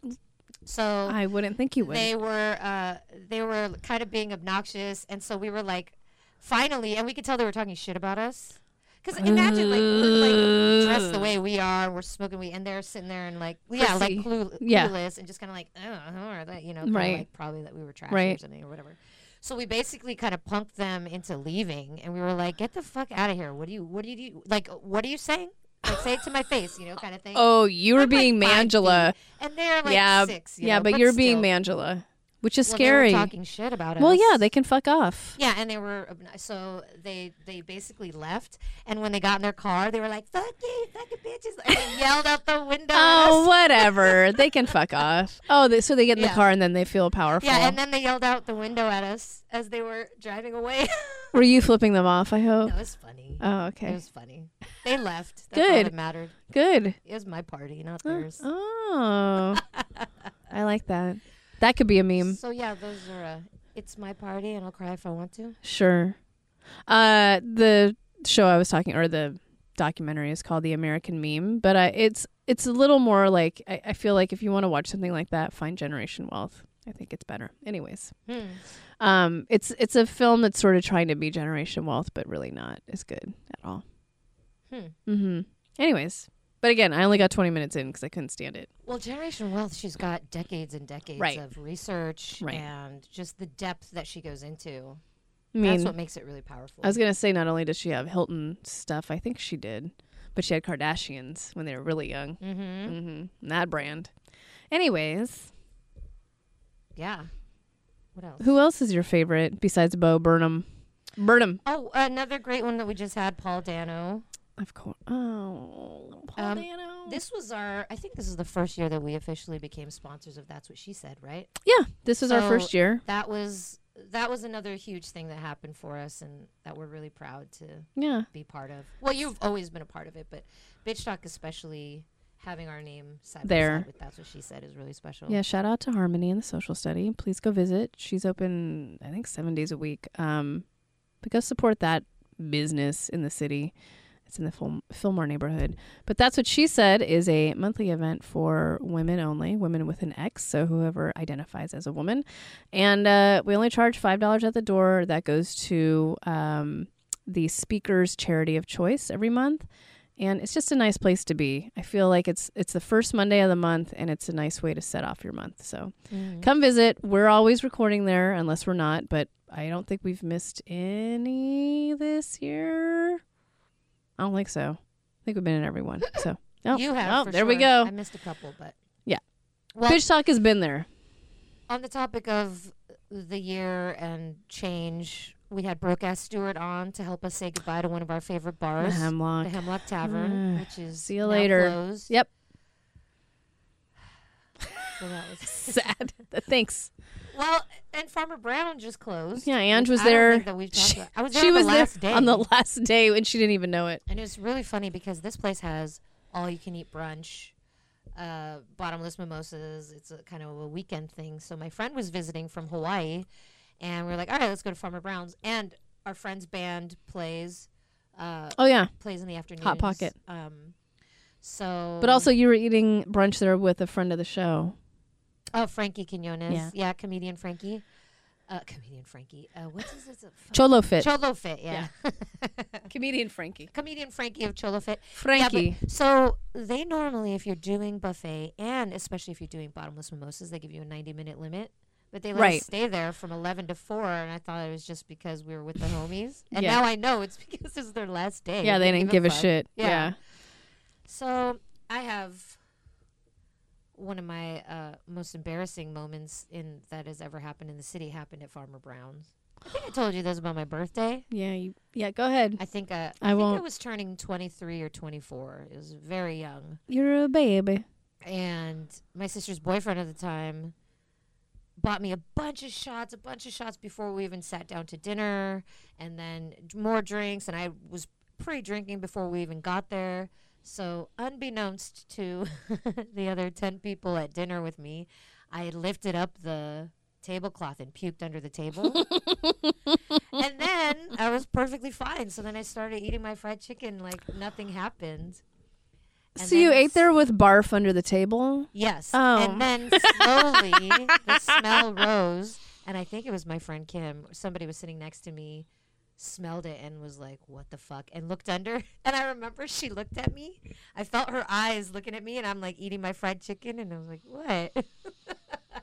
So
I wouldn't think you would.
they were uh, they were kind of being obnoxious, and so we were like, finally, and we could tell they were talking shit about us. Because imagine like we're like dressed the way we are, we're smoking weed, and they're sitting there and like yeah,
Pussy.
like clue-
Yeah.
clueless, and just kind of like oh, or that you know, kinda
Right.
like probably that we were trash or
Right.
something or whatever. So we basically kind of punked them into leaving, and we were like, get the fuck out of here! What do you what do you do? like? What are you saying? Like say it to my face, you know, kind of thing.
oh, you were
I'm, like,
being
five
Mangela.
feet, and they're like
yeah,
six. you
yeah,
know,
but, you're being
still.
Mangela, which is
Well, they were
scary.
talking shit about
Well,
us.
yeah, they can fuck off.
Yeah, and they were obno- so they they basically left, and when they got in their car, they were like "fuck you, fucking bitches," and they yelled out the window. at
Oh,
us.
whatever. they can fuck off. Oh, they, so they get in the
Yeah.
car and then they feel powerful.
yeah, and then they yelled out the window at us as they were driving away.
Were you flipping them off? I hope.
that was funny.
Oh,
It
okay.
was funny. They left. That's all
Good.
that mattered.
Good.
It was my party, not
Huh.
theirs.
Oh, I like that. That could be a meme.
So yeah, those are. Uh, it's my party, and I'll cry if I want to.
Sure. Uh, the show I was talking, or the documentary, is called The American Meme, but uh, it's it's a little more like I, I feel like if you want to watch something like that, find Generation Wealth. I think it's better. Anyways,
Hmm.
um, it's it's a film that's sort of trying to be Generation Wealth, but really not as good at all.
Hmm.
Mm-hmm. Anyways, but again, I only got twenty minutes in because I couldn't stand it.
Well, Generation Wealth, she's got decades and decades
Right.
of research
Right.
and just the depth that she goes into.
I mean,
That's what makes it really powerful.
I was gonna say not only does she have Hilton stuff, I think she did, but she had Kardashians when they were really young.
mm-hmm.
Mm-hmm. That brand. Anyways,
Yeah. What else?
who else is your favorite besides Bo Burnham? Burnham,
Oh, another great one that we just had, Paul Dano.
of course. Oh, Paul
Um,
Dano.
This was our, I think this is the first year that we officially became sponsors of That's What She Said, right?
yeah, this was our
So-
first year.
That was that was another huge thing that happened for us and that we're really proud to
Yeah,
be part of. Well, you've always been a part of it, but Bitch Talk especially having our name side by
There.
side with That's What She Said is really special.
yeah. Shout out to Harmony and the Social Study. Please go visit. She's open, I think, seven days a week. Um, but go support that business in the city. It's in the Fil- Fillmore neighborhood. But that's what she said is a monthly event for women only, women with an X, so whoever identifies as a woman. And uh, we only charge $5 at the door. That goes to um, the speaker's charity of choice every month. And it's just a nice place to be. I feel like it's it's the first Monday of the month, and it's a nice way to set off your month. So
Mhm.
come visit. We're always recording there, unless we're not. But I don't think we've missed any this year. I don't think so. I think we've been in every one. So oh,
you have.
Oh,
for
there we
sure.
go.
I missed a couple, but
Yeah.
Well,
Bitch talk has been there.
on the topic of the year and change, we had Brooke S. Stewart on to help us say goodbye to one of our favorite
The
bars,
hemlock.
the Hemlock Tavern,
Ah,
which is
see you
now
later.
closed.
Yep.
So that was-
Sad. Thanks.
well, and Farmer Brown just closed.
Yeah, Ange
which
was
I don't
there.
think that we've talked
She,
about. I was there
she
on
was
the
there
last day.
on the last day, and she didn't even know it.
And it was really funny because this place has all you can eat brunch, uh, bottomless mimosas. It's a kind of a weekend thing. So my friend was visiting from Hawaii, and we were like, all right, let's go to Farmer Brown's. And our friend's band plays uh,
Oh yeah,
plays in the afternoon.
Pocket.
Um, so,
but also you were eating brunch there with a friend of the show.
oh, Frankie Quinones,
Yeah.
yeah, comedian Frankie, uh, comedian Frankie. Uh, what's his? his
Cholo Fit.
Cholo Fit, yeah.
Comedian Frankie.
comedian Frankie of Cholo Fit. Yeah, but-
Frankie.
so they normally, if you're doing buffet, and especially if you're doing bottomless mimosas, they give you a 90 minute limit. But they let
Right.
us stay there from 11 to 4, and I thought it was just because we were with the homies. And
Yeah.
now I know it's because it's their last day.
yeah, they didn't give a
fuck.
shit.
Yeah.
yeah.
So I have one of my uh, most embarrassing moments in that has ever happened in the city happened at Farmer Brown's. I think I told you this about my birthday.
Yeah, you, yeah. Go ahead.
I think uh,
I
I, think I
won't-
was turning 23 or 24. It was very young.
You're a baby.
and my sister's boyfriend at the time bought me a bunch of shots, a bunch of shots before we even sat down to dinner, and then d- more drinks. And I was pre drinking before we even got there. So, unbeknownst to the other 10 people at dinner with me, I lifted up the tablecloth and puked under the table. and then I was perfectly fine. So then I started eating my fried chicken like nothing happened.
So
then
you
it's-
ate there with barf under the table?
Yes.
Oh.
And then slowly the smell rose. And I think it was my friend Kim. Somebody was sitting next to me, smelled it, and was like, what the fuck? And looked under. And I remember she looked at me. I felt her eyes looking at me, and I'm like eating my fried chicken. And I was like, what?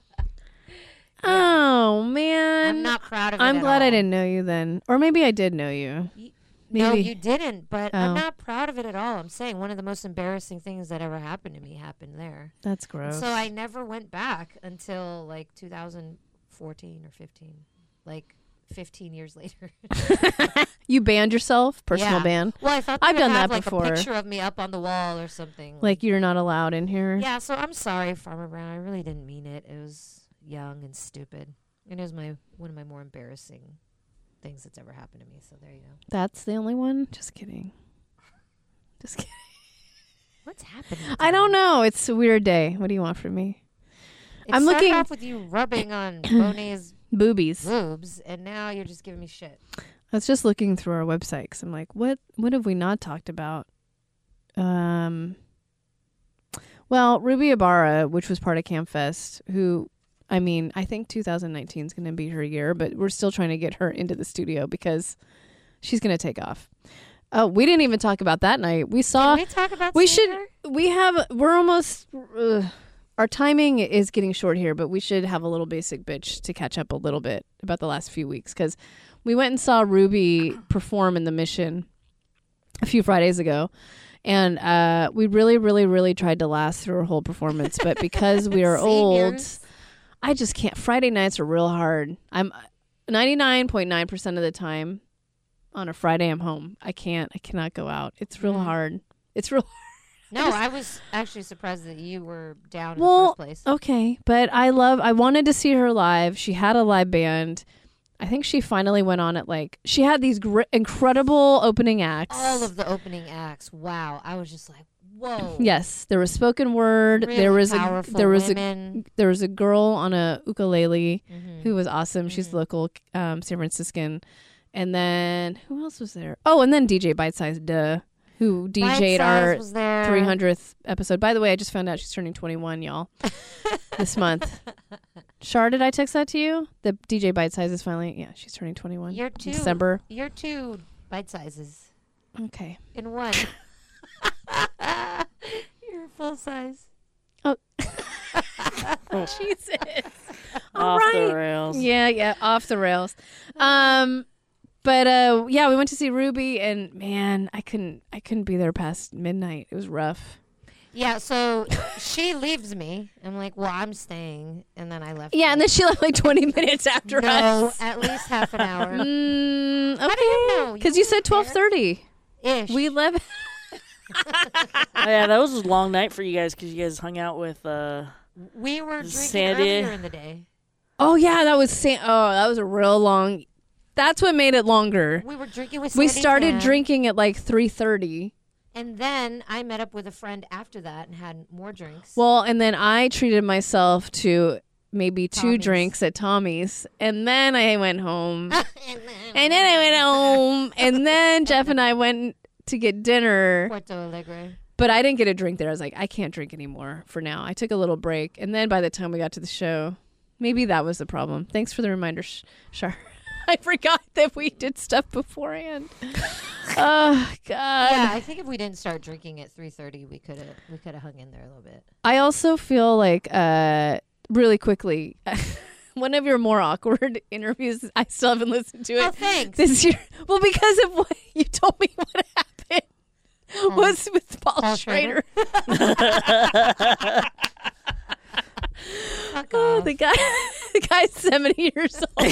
Oh man.
I'm not proud of it.
I'm
at
glad I
all.
didn't know you then. Or maybe I did know you.
Y- No,
Maybe.
you didn't, but
Oh.
I'm not proud of it at all. I'm saying one of the most embarrassing things that ever happened to me happened there.
That's gross.
So I never went back until like 2014 or 15, like 15 years later.
you banned yourself? Personal
Yeah.
ban?
Well, I thought
I've
they would
done that
have, like,
before.
A picture of me up on the wall or something.
Like you're not allowed in here?
yeah. So I'm sorry, Farmer Brown. I really didn't mean it. It was young and stupid, and it was my one of my more embarrassing things that's ever happened to me. So there you go.
That's the only one? Just kidding. Just kidding.
What's happening?
I don't
today?
know. It's a weird day. What do you want from me?
It
I'm
started
looking-
off with you rubbing on Bonnie's
Boobies.
boobs, and now you're just giving me shit.
I was just looking through our website because I'm like, what what have we not talked about? Um, well, Ruby Ibarra, which was part of Camp Fest, who, I mean, I think 2019 is going to be her year, but we're still trying to get her into the studio because she's going to take off. Oh, we didn't even talk about that night. We saw
Can we talk about
we
seeing
should
her?
we have we're almost ugh, our timing is getting short here but we should have a little basic bitch to catch up a little bit about the last few weeks because we went and saw ruby perform in the mission a few fridays ago and uh, we really really really tried to last through her whole performance but because we are old
Seniors.
i just can't friday nights are real hard i'm uh, 99.9% of the time on a friday i'm home i can't i cannot go out it's real
Mhm.
hard it's real
No, I was actually surprised that you were down
Well,
in the first place.
Okay, but I love. I wanted to see her live. She had a live band. I think she finally went on at like she had these gr- incredible opening acts.
All of the opening acts. Wow, I was just like, whoa.
yes, there was spoken word.
Really
there was a
powerful
there was
women.
a there was a girl on a ukulele
Mhm.
who was awesome. She's local, um, San Franciscan. And then who else was there? Oh, and then DJ Bite Size Duh, who
Bite
DJ'd
Size
our
was there.
300th episode. By the way, I just found out she's turning 21, y'all, this month. Char, did I text that to you? The DJ Bite Size is finally, yeah, she's turning 21.
You're
in
two.
December.
You're two bite sizes
Okay.
in one. You're full size.
Jesus.
Off the rails.
Yeah, yeah, off the rails. Um, but uh, yeah, we went to see Ruby, and man, I couldn't, I couldn't be there past midnight. It was rough.
Yeah, so she leaves me. I'm like, well, I'm staying. And then I left.
Yeah,
her.
and then she left like 20 minutes after
no,
us.
at least half an hour
Mm, okay.
do you know? You
Because you
weren't
said
there.
12:30.
ish.
We live.
Oh, yeah, that was a long night for you guys because you guys hung out with. uh
we were drinking
Sandy.
earlier in the day.
Oh yeah, that was San- oh that was a real long. That's what made it longer.
We were drinking with.
We
Sandy
started
Tan,
drinking at like three thirty.
and then I met up with a friend after that and had more drinks.
Well, and then I treated myself to maybe two
Tommy's. Uh-uh.
drinks at Tommy's, and then I went home,
and then
and then I went home, and then Jeff and I went to get dinner.
Porto Alegre.
But I didn't get a drink there. I was like, I can't drink anymore for now. I took a little break, and then by the time we got to the show, maybe that was the problem. Thanks for the reminder, Sh- Shar. I forgot that we did stuff beforehand. oh God!
Yeah, I think if we didn't start drinking at three thirty, we could have we could have hung in there a little bit.
I also feel like uh, really quickly. One of your more awkward interviews, I still haven't listened to it
Oh, thanks.
this year. Well, because of what you told me what happened was with Paul,
Oh. Paul
Schrader.
Schrader? Fuck
Oh,
off.
the guy, the guy's seventy years old.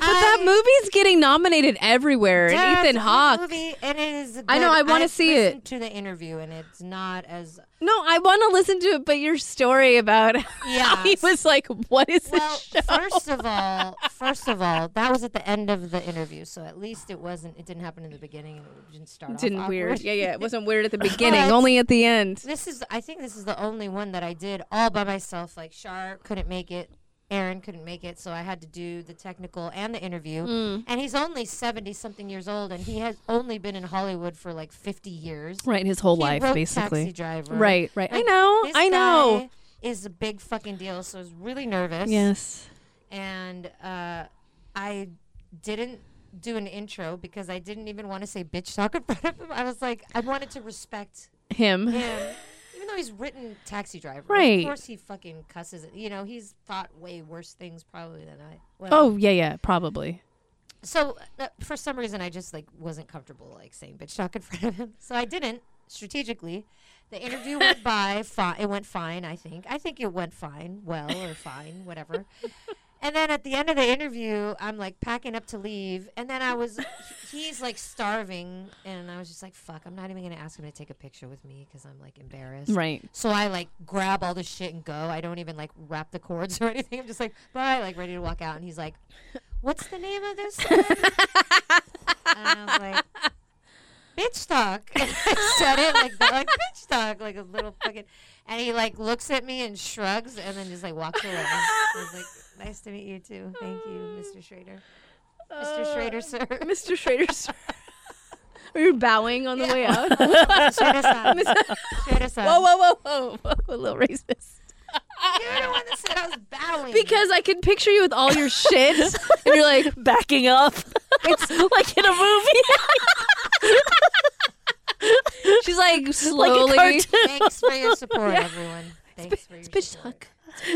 that
I
movie's getting nominated everywhere.
did
And Ethan
the
Hawke.
movie, and it is. Good.
I know, I wanna
I've
see it.
listened To the interview, and it's not as
No, I want to listen to it, but your story about how
Yeah.
he was like, "What is
Well,
this show?"
first of all, first of all, that was at the end of the interview, so at least it wasn't. It didn't happen in the beginning, and it didn't start. off
Didn't weird.
awkward.
Yeah, yeah. It wasn't weird at the beginning,
But-
only at the end.
This is. I think this is the only one that I did all by myself. Like Shar couldn't make it. Aaron couldn't make it, so I had to do the technical and the interview.
Mm.
And he's only 70 something years old, and he has only been in Hollywood for like 50 years.
Right, his whole
He
life
wrote
basically.
Taxi driver.
Right, right. I
Like,
know.
this
I know.
guy Is a big fucking deal, so I was really nervous.
Yes.
And uh, I didn't do an intro because I didn't even want to say bitch talk in front of him. I was like, I wanted to respect
Him.
him, even though he's written Taxi Driver.
Right.
Of course, he fucking cusses. it. You know, he's thought way worse things probably than I. Well,
Oh, yeah, yeah, probably.
so uh, for some reason, I just like wasn't comfortable like saying bitch talk in front of him, so I didn't strategically. The interview went by. Fi- it went fine. I think. I think it went fine. Well, or fine, whatever. And then at the end of the interview, I'm like packing up to leave, and then I was, he's like starving, and I was just like, "Fuck, I'm not even gonna ask him to take a picture with me because I'm like embarrassed."
Right.
So I like grab all the shit and go. I don't even like wrap the cords or anything. I'm just like, bye, like ready to walk out. And he's like, what's the name of this? Song? and I was like, bitch talk. And I said it like that, like bitch talk, like a little fucking. And he like looks at me and shrugs and then just like walks away. I was like, nice to meet you too. Thank you, Mr. Schrader. Mr.
Uh.
Schrader, sir.
Mr. Schrader, sir. Are you bowing on the way out? whoa,
Schrader-san. Schrader-san.
whoa, whoa, whoa, whoa, a little racist.
You're the one that said I was bowing.
Because I can picture you with all your shit, and you're like,
Backing up. It's like in a movie.
she's like slowly.
cartoon.
Thanks for your support, everyone. Thanks for your
bitch
support.
talk.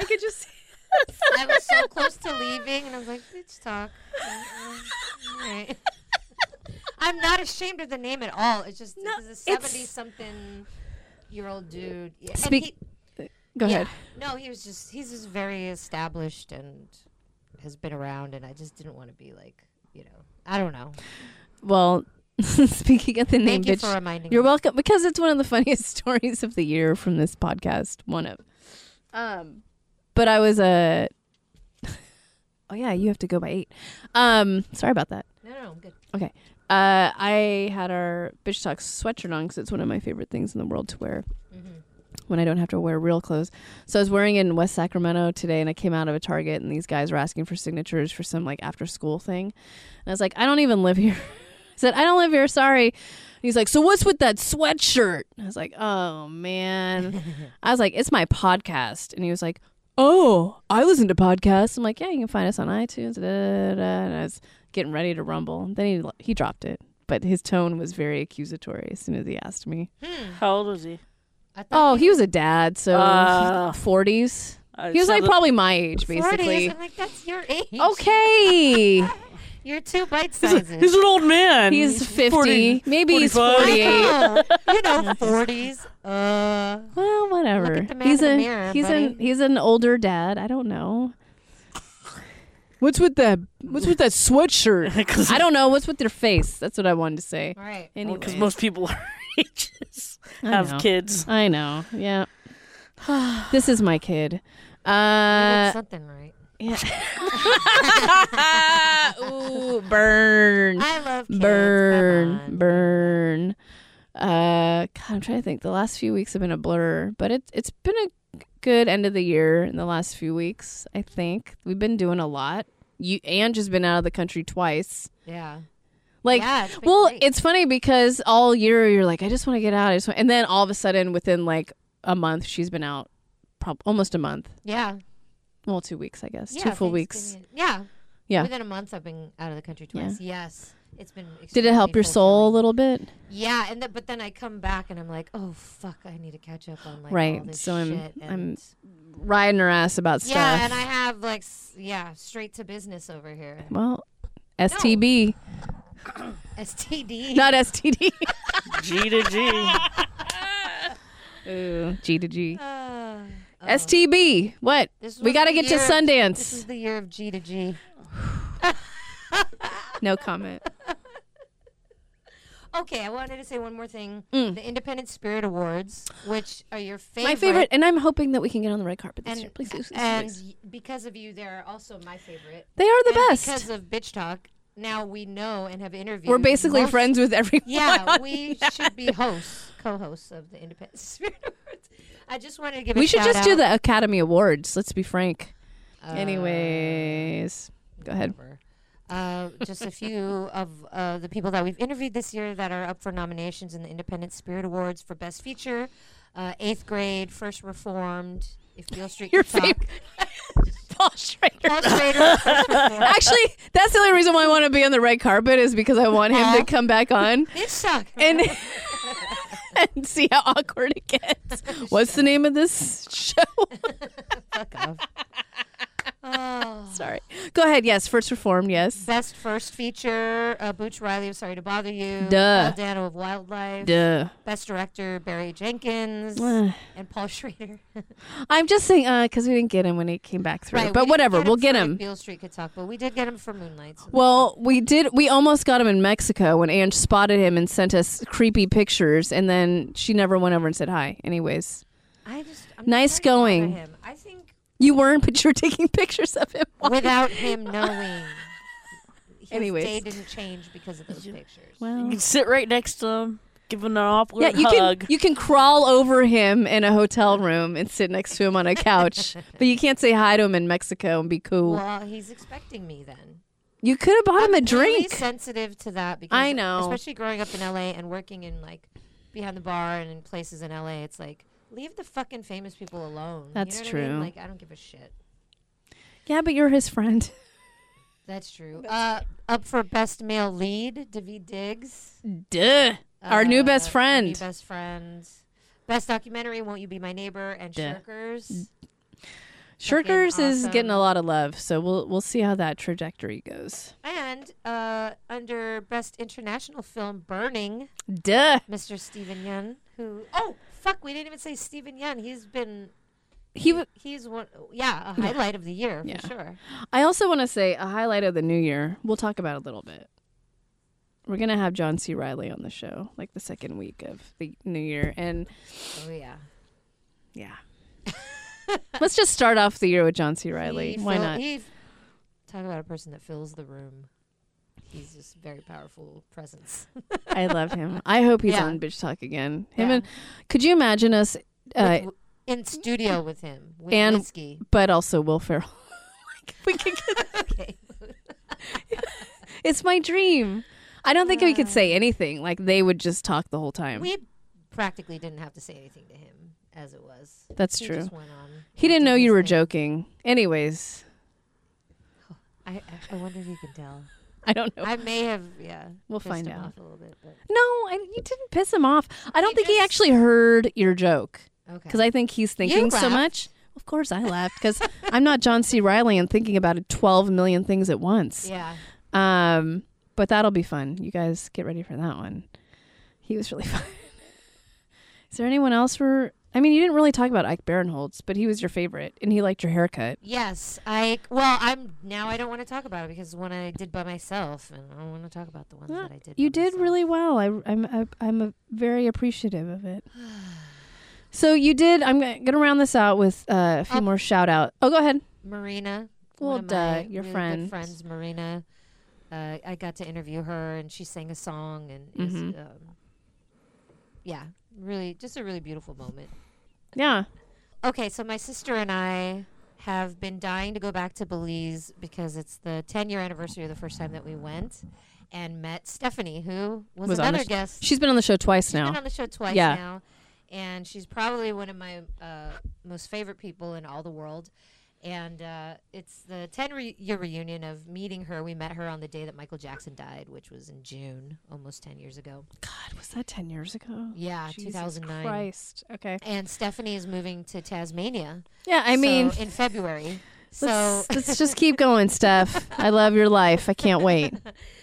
I could just. see-
I was so close to leaving, and I was like, bitch talk. All right. I'm not ashamed of the name at all. It's just
No,
this is a
it's-
70 something year old dude. Yeah, and
Speak-
he-
Go
yeah.
ahead.
No, he was just, he's just very established and has been around, and I just didn't want to be like, you know, I don't know.
Well, speaking of the name,
Thank you
bitch.
for reminding
You're
me.
welcome because it's one of the funniest stories of the year from this podcast. One of, um, but I was a. oh yeah, you have to go by eight. Um, sorry about that.
No, no, I'm good.
Uh, I had our bitch talk sweatshirt on because it's one of my favorite things in the world to wear
Mm-hmm.
when I don't have to wear real clothes. So I was wearing it in West Sacramento today, and I came out of a Target, and these guys were asking for signatures for some like after school thing, and I was like, I don't even live here. I said, I don't live here. Sorry. And he's like, so what's with that sweatshirt? And I was like, oh man. I was like, it's my podcast, and he was like. Oh, I listen to podcasts. I'm like, yeah, you can find us on iTunes. Da, da, da, da. And I was getting ready to rumble. Then he he dropped it, but his tone was very accusatory as soon as he asked me.
How old was he?
Hmm. I thought
Oh, he was a dad, so
Ah.
forties.
Uh,
He was like
sounded-
probably my age,
40s.
basically.
I'm like, that's your age.
Okay,
You're two bite
He's, a-
sizes.
he's an old man.
he's fifty,
40
maybe he's
45.
forty-eight.
I know. you know, forties. Uh,
Well, whatever.
Look at the man
he's
in the
a
mirror,
he's an
buddy.
he's an older dad. I don't know. What's with that? What's with that sweatshirt?
'Cause-
I don't know. What's with their face? That's what I wanted to say.
all right.
Anyway,
Because most people our ages
I
have
know.
kids.
I know. Yeah. this is my kid.
You did
Uh,
something right.
ooh, burn,
I love kids. come
burn,
on.
burn. Uh, God, I'm trying to think. The last few weeks have been a blur, but it's it's been a good end of the year in the last few weeks. I think we've been doing a lot. You Ange has been out of the country twice.
Yeah.
Like,
Yeah, it's been
well,
great.
it's funny because all year you're like, I just want to get out. I just want, and then all of a sudden, within like a month, she's been out, prob- almost a month.
Yeah.
Well, two weeks, I guess.
yeah
two full weeks.
Thanksgiving. Yeah.
Yeah.
Within a month, I've been out of the country
Yeah.
twice. Yes. It's been.
Did it help your
extremely
soul a little bit?
fulfilling. Yeah, and th- but then I come back and I'm like, oh fuck, I need to catch up on like
Right,
All this
so I'm-
shit
I'm
and-
Riding her ass about stuff.
yeah, and I have like s- yeah, straight to business over here.
Well, STB,
STD.
not STD.
G to G.
Ooh, G to G.
Uh, oh.
STB. What?
This
We
was
got to
the
get to
year of- This
Sundance.
is the year of G to G.
No comment.
Okay, I wanted to say one more thing.
Mm.
The Independent Spirit Awards, which are your favorite.
My favorite, and I'm hoping that we can get on the red carpet this
And,
year. Please, please, please,
and
please.
y- because of you, they're also my favorite.
They are the
And
best.
Because of Bitch Talk, now we know and have interviewed.
We're basically
most-
friends with everyone.
Yeah,
on
we
the-
should be hosts, co hosts of the Independent Spirit Awards. I just wanted to give a
We should
shout
just do
out.
the Academy Awards. Let's be frank.
Uh,
Anyways, go ahead.
whatever. Uh, just a few of uh, the people that we've interviewed this year that are up for nominations in the Independent Spirit Awards for Best Feature, uh, Eighth Grade, First Reformed, If Beale Street
Your
Could Talk,
favorite. Paul Schrader.
Paul Schrader, First Reformed.
Actually, that's the only reason why I want to be on the red carpet is because I want him to come back on
This suck.
and and see how awkward it gets. What's the name of this show?
Fuck off. Oh.
Sorry. Go ahead. Yes, First Reformed. Yes.
Best First Feature, uh, Booch Riley of Sorry to Bother You,
Duh.
Paul Dano of Wildlife,
Duh.
Best Director, Barry Jenkins,
Ugh.
and Paul Schrader.
I'm just saying because we didn't get him when he came back through.
Right, we
but
didn't
whatever, we'll
for
get
If
him.
Beale Street Could Talk, but we did get him for Moonlight. so
Well, we did. We almost got him in Mexico when Ange spotted him and sent us creepy pictures, and then she never went over and said hi. Anyways,
I just I'm
Nice
trying to honor
going.
Him. I think
you weren't, but you were taking pictures of him.
without him knowing, his
Anyways.
day didn't change because of those pictures.
You
Well,
can sit right next to him, give him an awkward
yeah, you
hug.
can you can crawl over him in a hotel room and sit next to him on a couch, but you can't say hi to him in Mexico and be cool.
Well, he's expecting me then.
you could have bought him a
really
drink.
sensitive to that because
I know.
especially growing up in LA and working in like behind the bar and in places in LA, it's like leave the fucking famous people alone. You
That's
know what I mean?
true.
Like I don't give a shit.
yeah, but you're his friend.
That's true. uh, up for best male lead, David Diggs.
Duh. Our new best
Uh, our new
friend.
best friend. Best documentary, Won't You Be My Neighbor, and
Duh.
Shirkers.
Shirkers is getting a
awesome.
lot of love, so we'll we'll see how that trajectory goes.
And uh, under Best International Film, Burning,
Duh.
Mr. Steven Yeun, who. Oh, fuck, we didn't even say Steven Yeun. He's been.
He w-
He's one. Yeah, a highlight of the year,
Yeah.
for sure.
I also want to say a highlight of the new year. We'll talk about it a little bit. We're gonna have John C. Riley on the show like the second week of the new year, and
Oh, yeah.
yeah, let's just start off the year with John C. Riley.
He
Why
fill-
not?
he- talk about a person that fills the room. He's just very powerful presence.
I love him. I hope he's
Yeah.
on Bitch Talk again. Him
Yeah.
and could you imagine us? Uh,
With- in studio with him. With
And-
whiskey.
but also Will Ferrell. Like, we could get,
Okay.
it's my dream. I don't think we could say anything. Like they would just talk the whole time.
We practically didn't have to say anything to him as it was.
That's
He
true.
just went on
he
and
didn't
did
know you
his
were
thing.
joking. Anyways,
I, I- I wonder if you can tell.
I don't know.
I may have, yeah.
We'll
pissed
find
him
out.
off a little bit, but
No, I, you didn't piss him off. I don't
He
think he
just-
actually heard your joke
okay.
because I think he's thinking so
laughed.
much. Of course, I laughed because I'm not John C. Riley and thinking about it 12 million things at once.
yeah,
Um, but that'll be fun. You guys get ready for that one. He was really fun. Is there anyone else for? I mean, you didn't really talk about Ike Barinholtz, but he was your favorite, and he liked your haircut.
yes. I well, I'm now. I don't want to talk about it because when I did by myself, and I don't want to talk about the ones that I did.
You
by
did
myself.
really well. I, I'm I, I'm a very appreciative of it. So you did. I'm g- gonna round this out with uh, a few
Oh.
more shout out. Oh, go ahead.
Marina.
Well,
one of
duh,
my
your
really good
friend.
friends, Marina. Uh, I got to interview her, and she sang a song, and it was,
Mhm.
um, yeah, really, just a really beautiful moment.
Yeah.
Okay, so my sister and I have been dying to go back to Belize because it's the 10 year anniversary of the first time that we went and met Stephanie, who was,
Was on
another
the sh-
guest.
She's been on the show twice
She's been
now.
on the show twice
Yeah.
now, and she's probably one of my uh, most favorite people in all the world. And uh, it's the 10 re- year reunion of meeting her. We met her on the day that Michael Jackson died, which was in June, almost 10 years ago.
God, was that ten years ago?
Yeah,
Jesus
2009.
Christ. Okay.
And Stephanie is moving to Tasmania.
Yeah. I
so-
mean,
in February. So,
let's, let's just keep going, Steph. I love your life. I can't wait.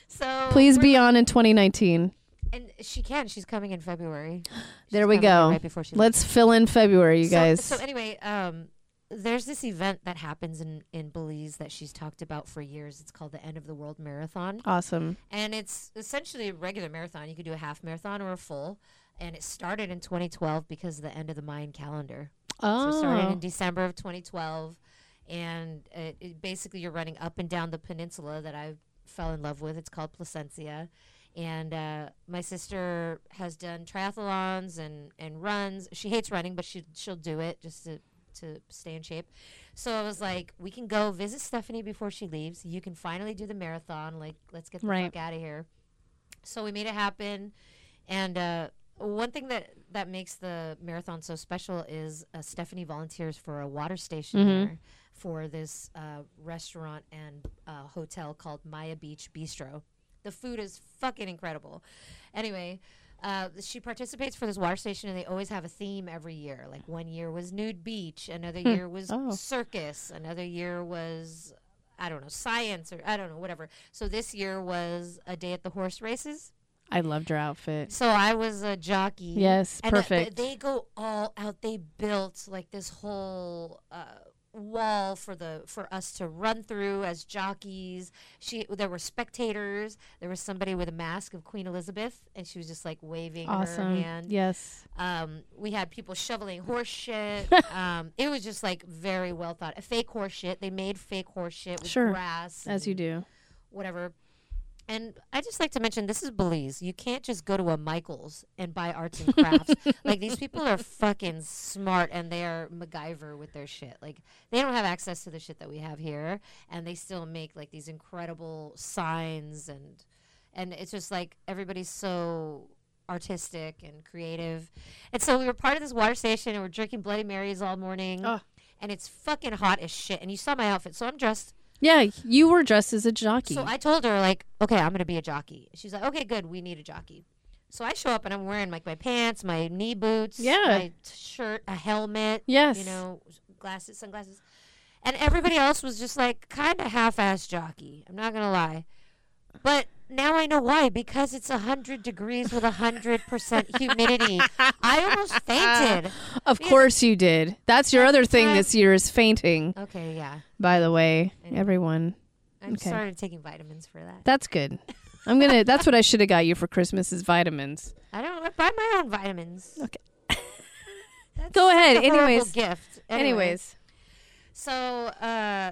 so
Please
we're-
be on in 2019.
And she can. She's coming in February.
There
She's
we
coming in
go.
Right before she
Let's fill in February, you
So-
guys.
So, anyway, um, there's this event that happens in in Belize that she's talked about for years. It's called the End of the World Marathon,
awesome.
and it's essentially a regular marathon. You could do a half marathon or a full. And it started in 2012 because of the end of the Mayan calendar.
Oh,
So it started in December of 2012, and it, it basically you're running up and down the peninsula that I fell in love with. It's called Placencia, and uh, my sister has done triathlons and and runs. She hates running, but she she'll do it just to to stay in shape. So I was like, we can go visit Stephanie before she leaves. You can finally do the marathon. Like, let's get the
Right.
fuck out of here. So we made it happen. And uh, one thing that that makes the marathon so special is uh, Stephanie volunteers for a water station
Mm-hmm.
there for this uh, restaurant and uh, hotel called Maya Beach Bistro. The food is fucking incredible. Anyway, uh, she participates for this water station, and they always have a theme every year. Like one year was nude beach, another year was
Oh.
circus, another year was I don't know science or I don't know whatever. So this year was a day at the horse races.
I loved your outfit.
So I was a jockey.
Yes,
And uh, th-
perfect.
they go all out. They built like this whole uh, wall for the for us to run through as jockeys. She there were spectators. There was somebody with a mask of Queen Elizabeth, and she was just like waving her
awesome.
hand.
Yes.
Um, we had people shoveling horse shit. um, it was just like very well thought. A fake horse shit. They made fake horse shit with
Sure,
grass.
As you
and-
do.
whatever. And I just like to mention this is Belize. You can't just go to a Michaels and buy arts and crafts. like these people are fucking smart and they are MacGyver with their shit. Like they don't have access to the shit that we have here, and they still make like these incredible signs and and it's just like everybody's so artistic and creative. And so we were part of this water station and we're drinking Bloody Marys all morning,
Ugh.
and it's fucking hot as shit. And you saw my outfit, so I'm dressed
Yeah, you were dressed as a jockey.
so I told her like, okay, I'm gonna be a jockey. She's like, okay, good. We need a jockey. So I show up and I'm wearing like my pants, my knee boots,
Yeah.
my t- shirt, a helmet,
yes.
you know, glasses, sunglasses, and everybody else was just like kind of half-ass jockey. I'm not gonna lie, but now I know why because it's hundred degrees with hundred percent humidity. I almost fainted.
of course you did. That's your other thing
right.
this year is fainting,
Okay, yeah,
by the way,
Anyway.
everyone.
I'm
Okay.
started taking vitamins for that.
That's good. I'm going to that's what I should have got you for Christmas is vitamins.
I don't I buy my own vitamins.
Okay.
That's
Go ahead.
a horrible
Anyways.
gift. Anyway.
Anyways,
So uh,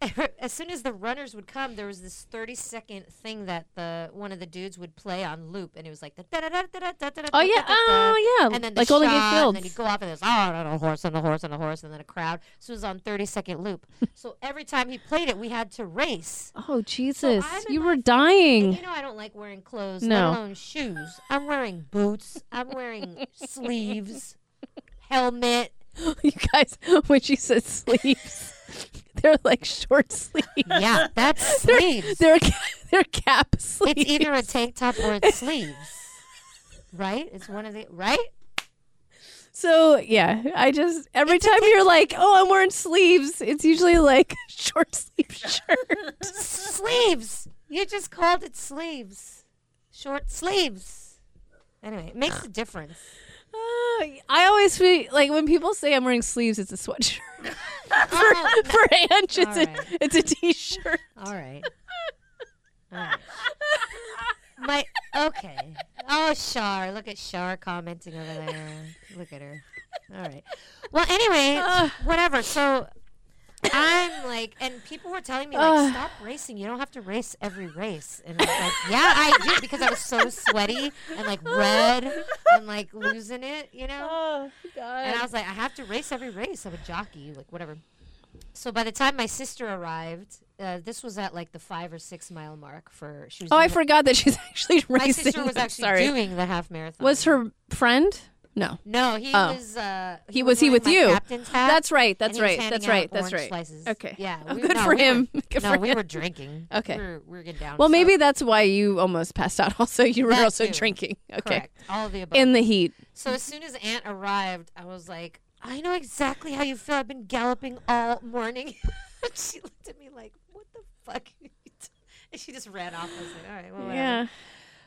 as soon as the runners would come, there was this thirty second thing that the one of the dudes would play on loop, and it was like the da da da da da da da.
Oh yeah. Oh yeah.
And then the
like
shot,
Golden Gate
and then you
Fields.
go off and there's oh and a horse and a horse and a horse and then a crowd. So it was on thirty second loop. so every time he played it, we had to race.
oh Jesus.
I'm in
you
my
were
And
dying.
you know I don't like wearing clothes,
No.
let alone shoes. I'm wearing boots. I'm wearing sleeves, helmet.
you guys when she said sleeves. They're like short sleeves.
Yeah, that's sleeves.
They're they're cap sleeves.
It's either a tank top or it's sleeves. Right? It's one of the right?
So yeah, I just every time you're like, oh, I'm wearing sleeves. It's usually like short sleeve shirt.
Sleeves. You just called it sleeves. Short sleeves. Anyway, it makes a difference.
Uh, I always feel like when people say I'm wearing sleeves, it's a sweatshirt.
Oh,
For Ange, it's
All
a
right.
it's a t-shirt.
all right. All right. My okay. Oh, Shar, look at Shar commenting over there. Look at her. All right. Well, anyway,
Ugh.
whatever. So I'm like, and people were telling me like,
Ugh.
stop racing. You don't have to race every race. And I was like, yeah, I did because I was so sweaty and like red and like losing it, you know.
Oh God!
And I was like, I have to race every race. I'm a jockey, like whatever. So by the time my sister arrived, uh, this was at like the five or six mile mark for she was.
oh, I
doing-
forgot that she's actually
My
racing.
sister was
I'm
actually
sorry.
doing the half marathon.
Was her friend? No,
No, he
Oh.
was. Uh,
He was he
wearing
with
my
you.
Captain's hat.
that's right. That's
and he was
right.
handing
That's
out
right. That's
orange
right.
Slices.
Okay.
Yeah.
Oh,
we-
good
no,
for
we were-
him. Good
no,
for
we
him.
were drinking.
Okay.
We were, we were getting down.
Well,
So,
maybe that's why you almost passed out. Also, you were
That
also
too.
drinking. Okay.
correct. All of the above.
In the heat.
So as soon as Aunt arrived, I was like, I know exactly how you feel. I've been galloping all morning. she looked at me like, what the fuck? are you doing?" and she just ran off. I was like, all right, well, whatever.
Yeah.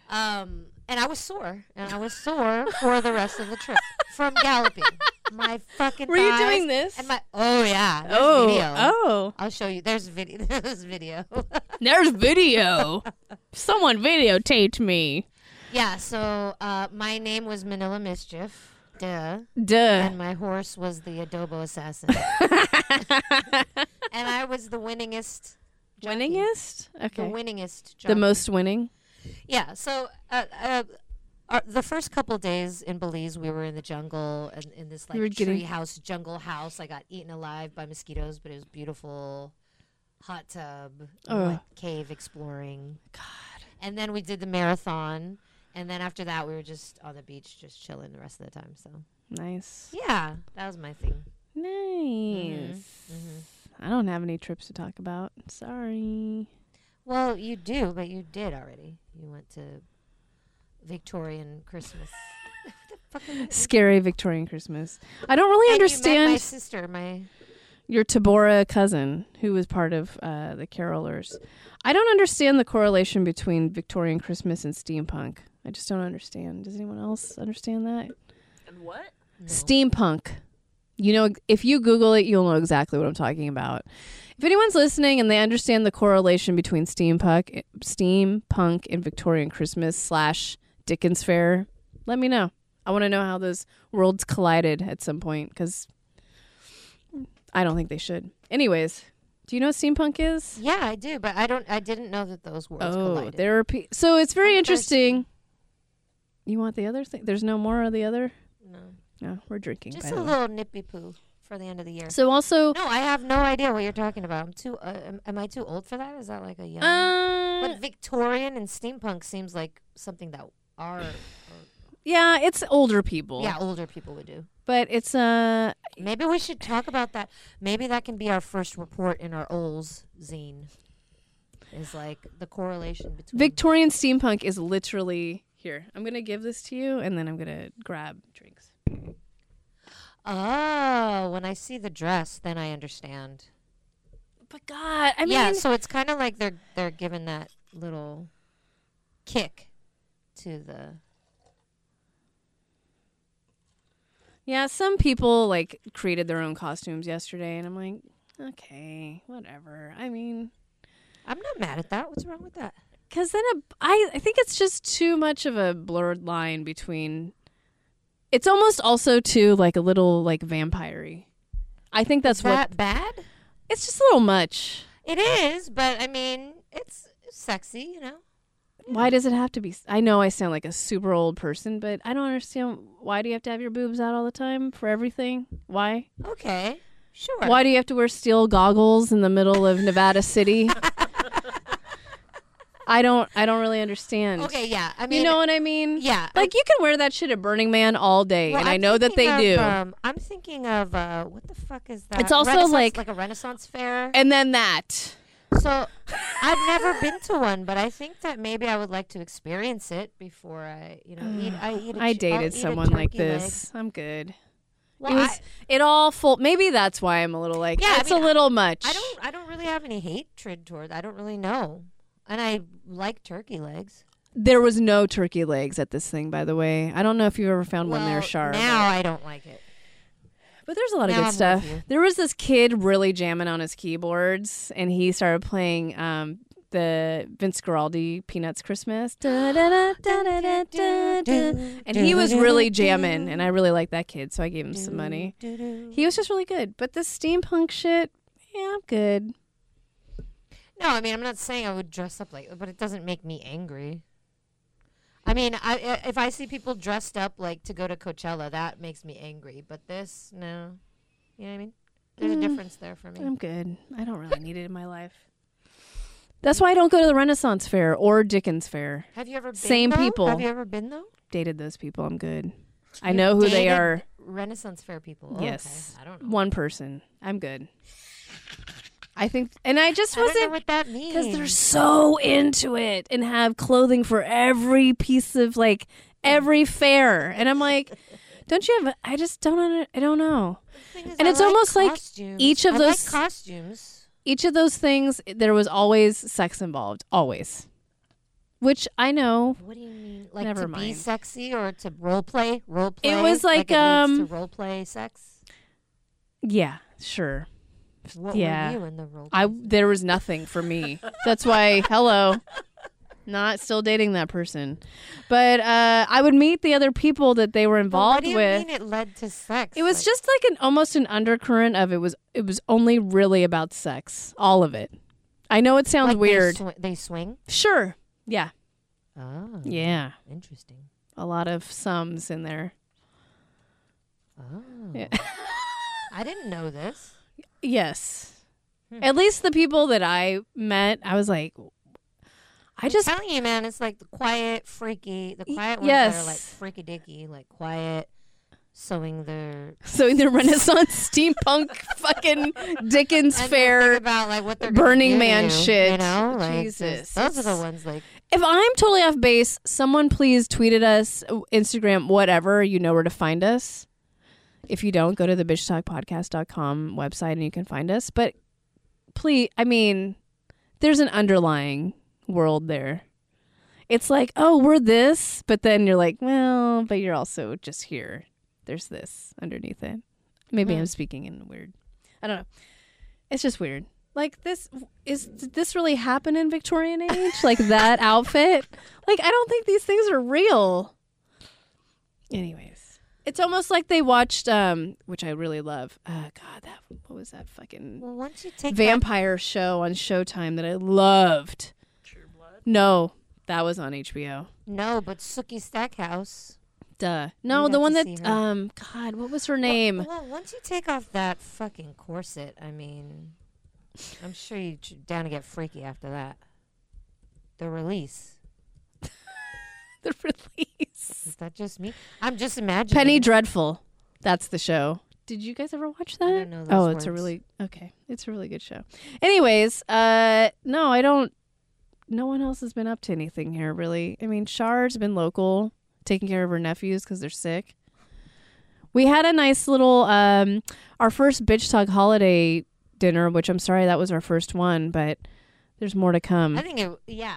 Um, and I was sore, and I was sore for the rest of the trip from galloping. My fucking.
Were you
thighs
doing this?
And my oh yeah. There's
oh,
Video.
oh.
I'll show you. There's video. There's video.
There's video. Someone videotaped me.
yeah. So uh, my name was Manila Mischief. Duh.
Duh.
and my horse was the adobo assassin. and I was the winningest. jockey.
Winningest?
The
Okay.
winningest. Jockey.
The most winning?
Yeah. So uh, uh, our, the first couple days in Belize, we were in the jungle and in this
You were
like
getting-
tree house, jungle house. I got eaten alive by mosquitoes, but it was beautiful. Hot tub, we
Ugh.
went cave exploring. God. And then we did the marathon, and then after that, we were just on the beach, just chilling the rest of the time. So
Nice.
yeah, that was my thing.
Nice.
hmm
I don't have any trips to talk about. Sorry.
Well, you do, but you did already. You went to Victorian Christmas. what the fuck is-
Scary Victorian Christmas. I don't really
And you met
understand
my sister, my
your Tabora cousin, who was part of uh, the Carolers. I don't understand the correlation between Victorian Christmas and steampunk. I just don't understand. Does anyone else understand that?
And what?
no.
Steampunk. You know, if you Google it, you'll know exactly what I'm talking about. If anyone's listening and they understand the correlation between steampunk, steampunk, and Victorian Christmas slash Dickens Fair, let me know. I want to know how those worlds collided at some point because I don't think they should. Anyways, do you know what steampunk is?
Yeah, I do, but I don't. I didn't know that those words
oh,
collided.
there are pe- so it's very
I'm
interesting. You want the other thing? There's no more of the other.
no.
No, we're drinking.
Just
by
a
the way.
little nippy poo for the end of the year.
So also,
no, I have no idea what you're talking about. I'm too. Uh, am, am I too old for that? Is that like a young?
uh,
but Victorian and steampunk seems like something that our
Yeah, it's older people.
yeah older people would do.
But it's uh
Maybe we should talk about that. Maybe that can be our first report in our Ols zine. Is like the correlation between
Victorian steampunk is literally here. I'm gonna give this to you and then I'm gonna grab drinks.
Oh, when I see the dress, then I understand.
But God, I mean
yeah, so it's kind of like they're they're giving that little kick to the
yeah, some people like created their own costumes yesterday and I'm like, okay, whatever. I mean
I'm not mad at that. What's wrong with that?
Because then a, I, I think it's just too much of a blurred line between. It's almost also too like a little like vampire I think that's
Is
what
that bad?
it's just a little much.
It is, but I mean, it's sexy, you know.
Why does it have to be? s- I know I sound like a super old person, but I don't understand why do you have to have your boobs out all the time for everything? Why?
Okay. Sure.
Why do you have to wear steel goggles in the middle of Nevada City? I don't. I don't really understand.
Okay, yeah. I mean,
You know what I mean?
yeah.
Like you can wear that shit at Burning Man all day,
Well,
and i
I'm
know that they
thinking of,
do.
Um, I'm thinking of uh, what the fuck is that?
It's also
Renaissance-
like-
like a Renaissance fair.
and then that.
So I've never been to one, but I think that maybe I would like to experience it before I, you know, eat. I eat.
I
A chi- I'll
dated
eat a
someone like
turkey leg.
this. I'm good.
Well,
it was.
I,
it all full. Maybe that's why I'm a little like.
Yeah, I
it's
mean,
a little much.
I don't. I don't really have any hatred toward. I don't really know, and I like turkey legs.
There was no turkey legs at this thing, by the way. I don't know if you've ever found one there,
Well,
Char.
Now I don't like it.
But there's a lot of
Now
good
I'm with
stuff.
you.
There was this kid really jamming on his keyboards, and he started playing um, the Vince Guaraldi Peanuts Christmas. Da, da, da, da, da, da, da, da. And he was really jamming, and I really liked that kid, so I gave him some money. He was just really good. But this steampunk shit, yeah, I'm good.
No, I mean I'm not saying I would dress up like, but it doesn't make me angry. I mean, I i- if I see people dressed up like to go to Coachella, that makes me angry. But this, no, you know what I mean. There's
Mm.
a difference there for me.
I'm good. I don't really need it in my life. That's why I don't go to the Renaissance Fair or Dickens Fair.
Have you ever been?
Same
though?
people.
Have you ever been though?
dated those people. I'm good. I
You
know who they
dated
are.
Renaissance fair people. Oh,
Yes.
Okay. I don't know.
One person. I'm good. I think, and I just
I don't know
wasn't
what that means.
because they're so into it and have clothing for every piece of like every fair, and I'm like, don't you have? I just don't. Under, I don't know.
Thing is,
and
I
it's almost like
costumes.
each of
I
those-
like costumes.
Each of those things, there was always sex involved, always, which I know
What do you mean? Like
Never
to be
mind.
sexy or to role play? Role play.
was like,
it needs
um,
to role play sex.
Yeah, sure.
What
yeah.
were you in the role?
I
play?
there was nothing for me. That's why hello. Not still dating that person. But uh I would meet the other people that they were
But what
involved
do you
with.
mean it led to sex?
It was
Like,
just like an almost an undercurrent of it was it was only really about sex, all of it. I know it sounds
like
weird.
They, swi- they swing.
sure. Yeah.
Oh,
Yeah.
interesting.
a lot of sums in there.
Oh.
Yeah.
I didn't know this.
Yes.
Hmm.
At least the people that I met, I was like, I
I'm
just
telling you, man, it's like the quiet, freaky, the
Y-
quiet ones that are like
yes.
freaky dicky, like quiet, sewing their
so in the Renaissance steampunk fucking Dickens
And then
fair.
think about like what they're
Burning
going
Man
You
shit.
know, like
Jesus,
Jesus, those are the
it's-
ones like
If I'm totally off base, someone please tweet at us, Instagram, whatever. You know where to find us. If you don't, go to the bitchtalkpodcast.com website and you can find us. But please, I mean, there's an underlying world there. It's like, oh, we're this, but then you're like, well, but you're also just here. There's this underneath it. Maybe
Hmm.
I'm speaking in weird. I don't know. It's just weird. Like this is did this really happen in Victorian age? Like that outfit? Like I don't think these things are real. Anyways, it's almost like they watched um which I really love. Uh god, that what was that fucking
well, once you take that-
vampire show on Showtime that I loved.
True blood.
No, that was on HBO.
no, but Sookie Stackhouse.
Duh. No,
You
the
got
one
to
that
see her.
um God, what was her name?
Well, well, once you take off that fucking corset, I mean, I'm sure you're j- down to get freaky after that. The release
the release.
is that just me? I'm just imagining.
Penny Dreadful. That's the show. Did you guys ever watch that?
don't know those
oh, it's a
words.
really okay. It's a really good show. Anyways, uh no, I don't no one else has been up to anything here really. I mean, Shard's been local taking care of her nephews cuz they're sick. We had a nice little um our first bitch talk holiday dinner, which I'm sorry that was our first one, but there's more to come.
I think it. Yeah,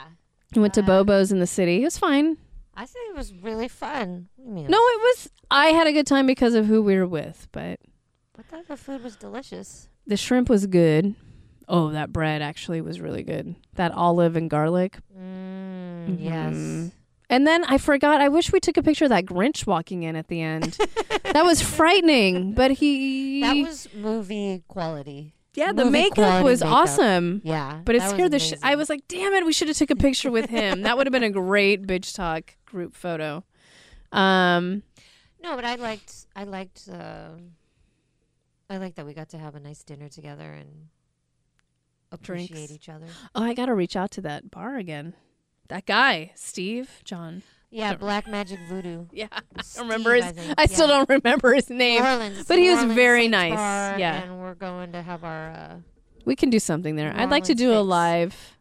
we went to
uh,
Bobo's in the city. It was fine.
I think it was really fun. What do you mean?
No, it was I had a good time because of who we were with, but
I thought the food was delicious.
The shrimp was good. Oh, that bread actually was really good. That olive and garlic.
Mm,
Mhm.
Yes.
And then I forgot, I wish we took a picture of that Grinch walking in at the end. that was frightening, but he.
That was movie quality.
Yeah, the
movie
makeup
quality
was
makeup.
awesome.
Yeah.
But it
that was
scared the shit. I
amazing.
was like, damn it, we should have took a picture with him. that would have been a great bitch talk group photo. Um,
No, but I liked I liked um I liked that we got to have a nice dinner together and appreciate
Drinks.
each other.
oh, I got to reach out to that bar again. That guy, Steve, John.
Yeah,
Don't-
Black Magic Voodoo.
Yeah. I
Steve,
remember his.
think.
I still
Yeah.
don't remember his name.
New Orleans, it's
but
New
he was
Orleans
very
Saints
nice,
Bar,
yeah.
and we're going to have our. Uh,
We can do something there. I'd like to
Marlins
do a
fix.
live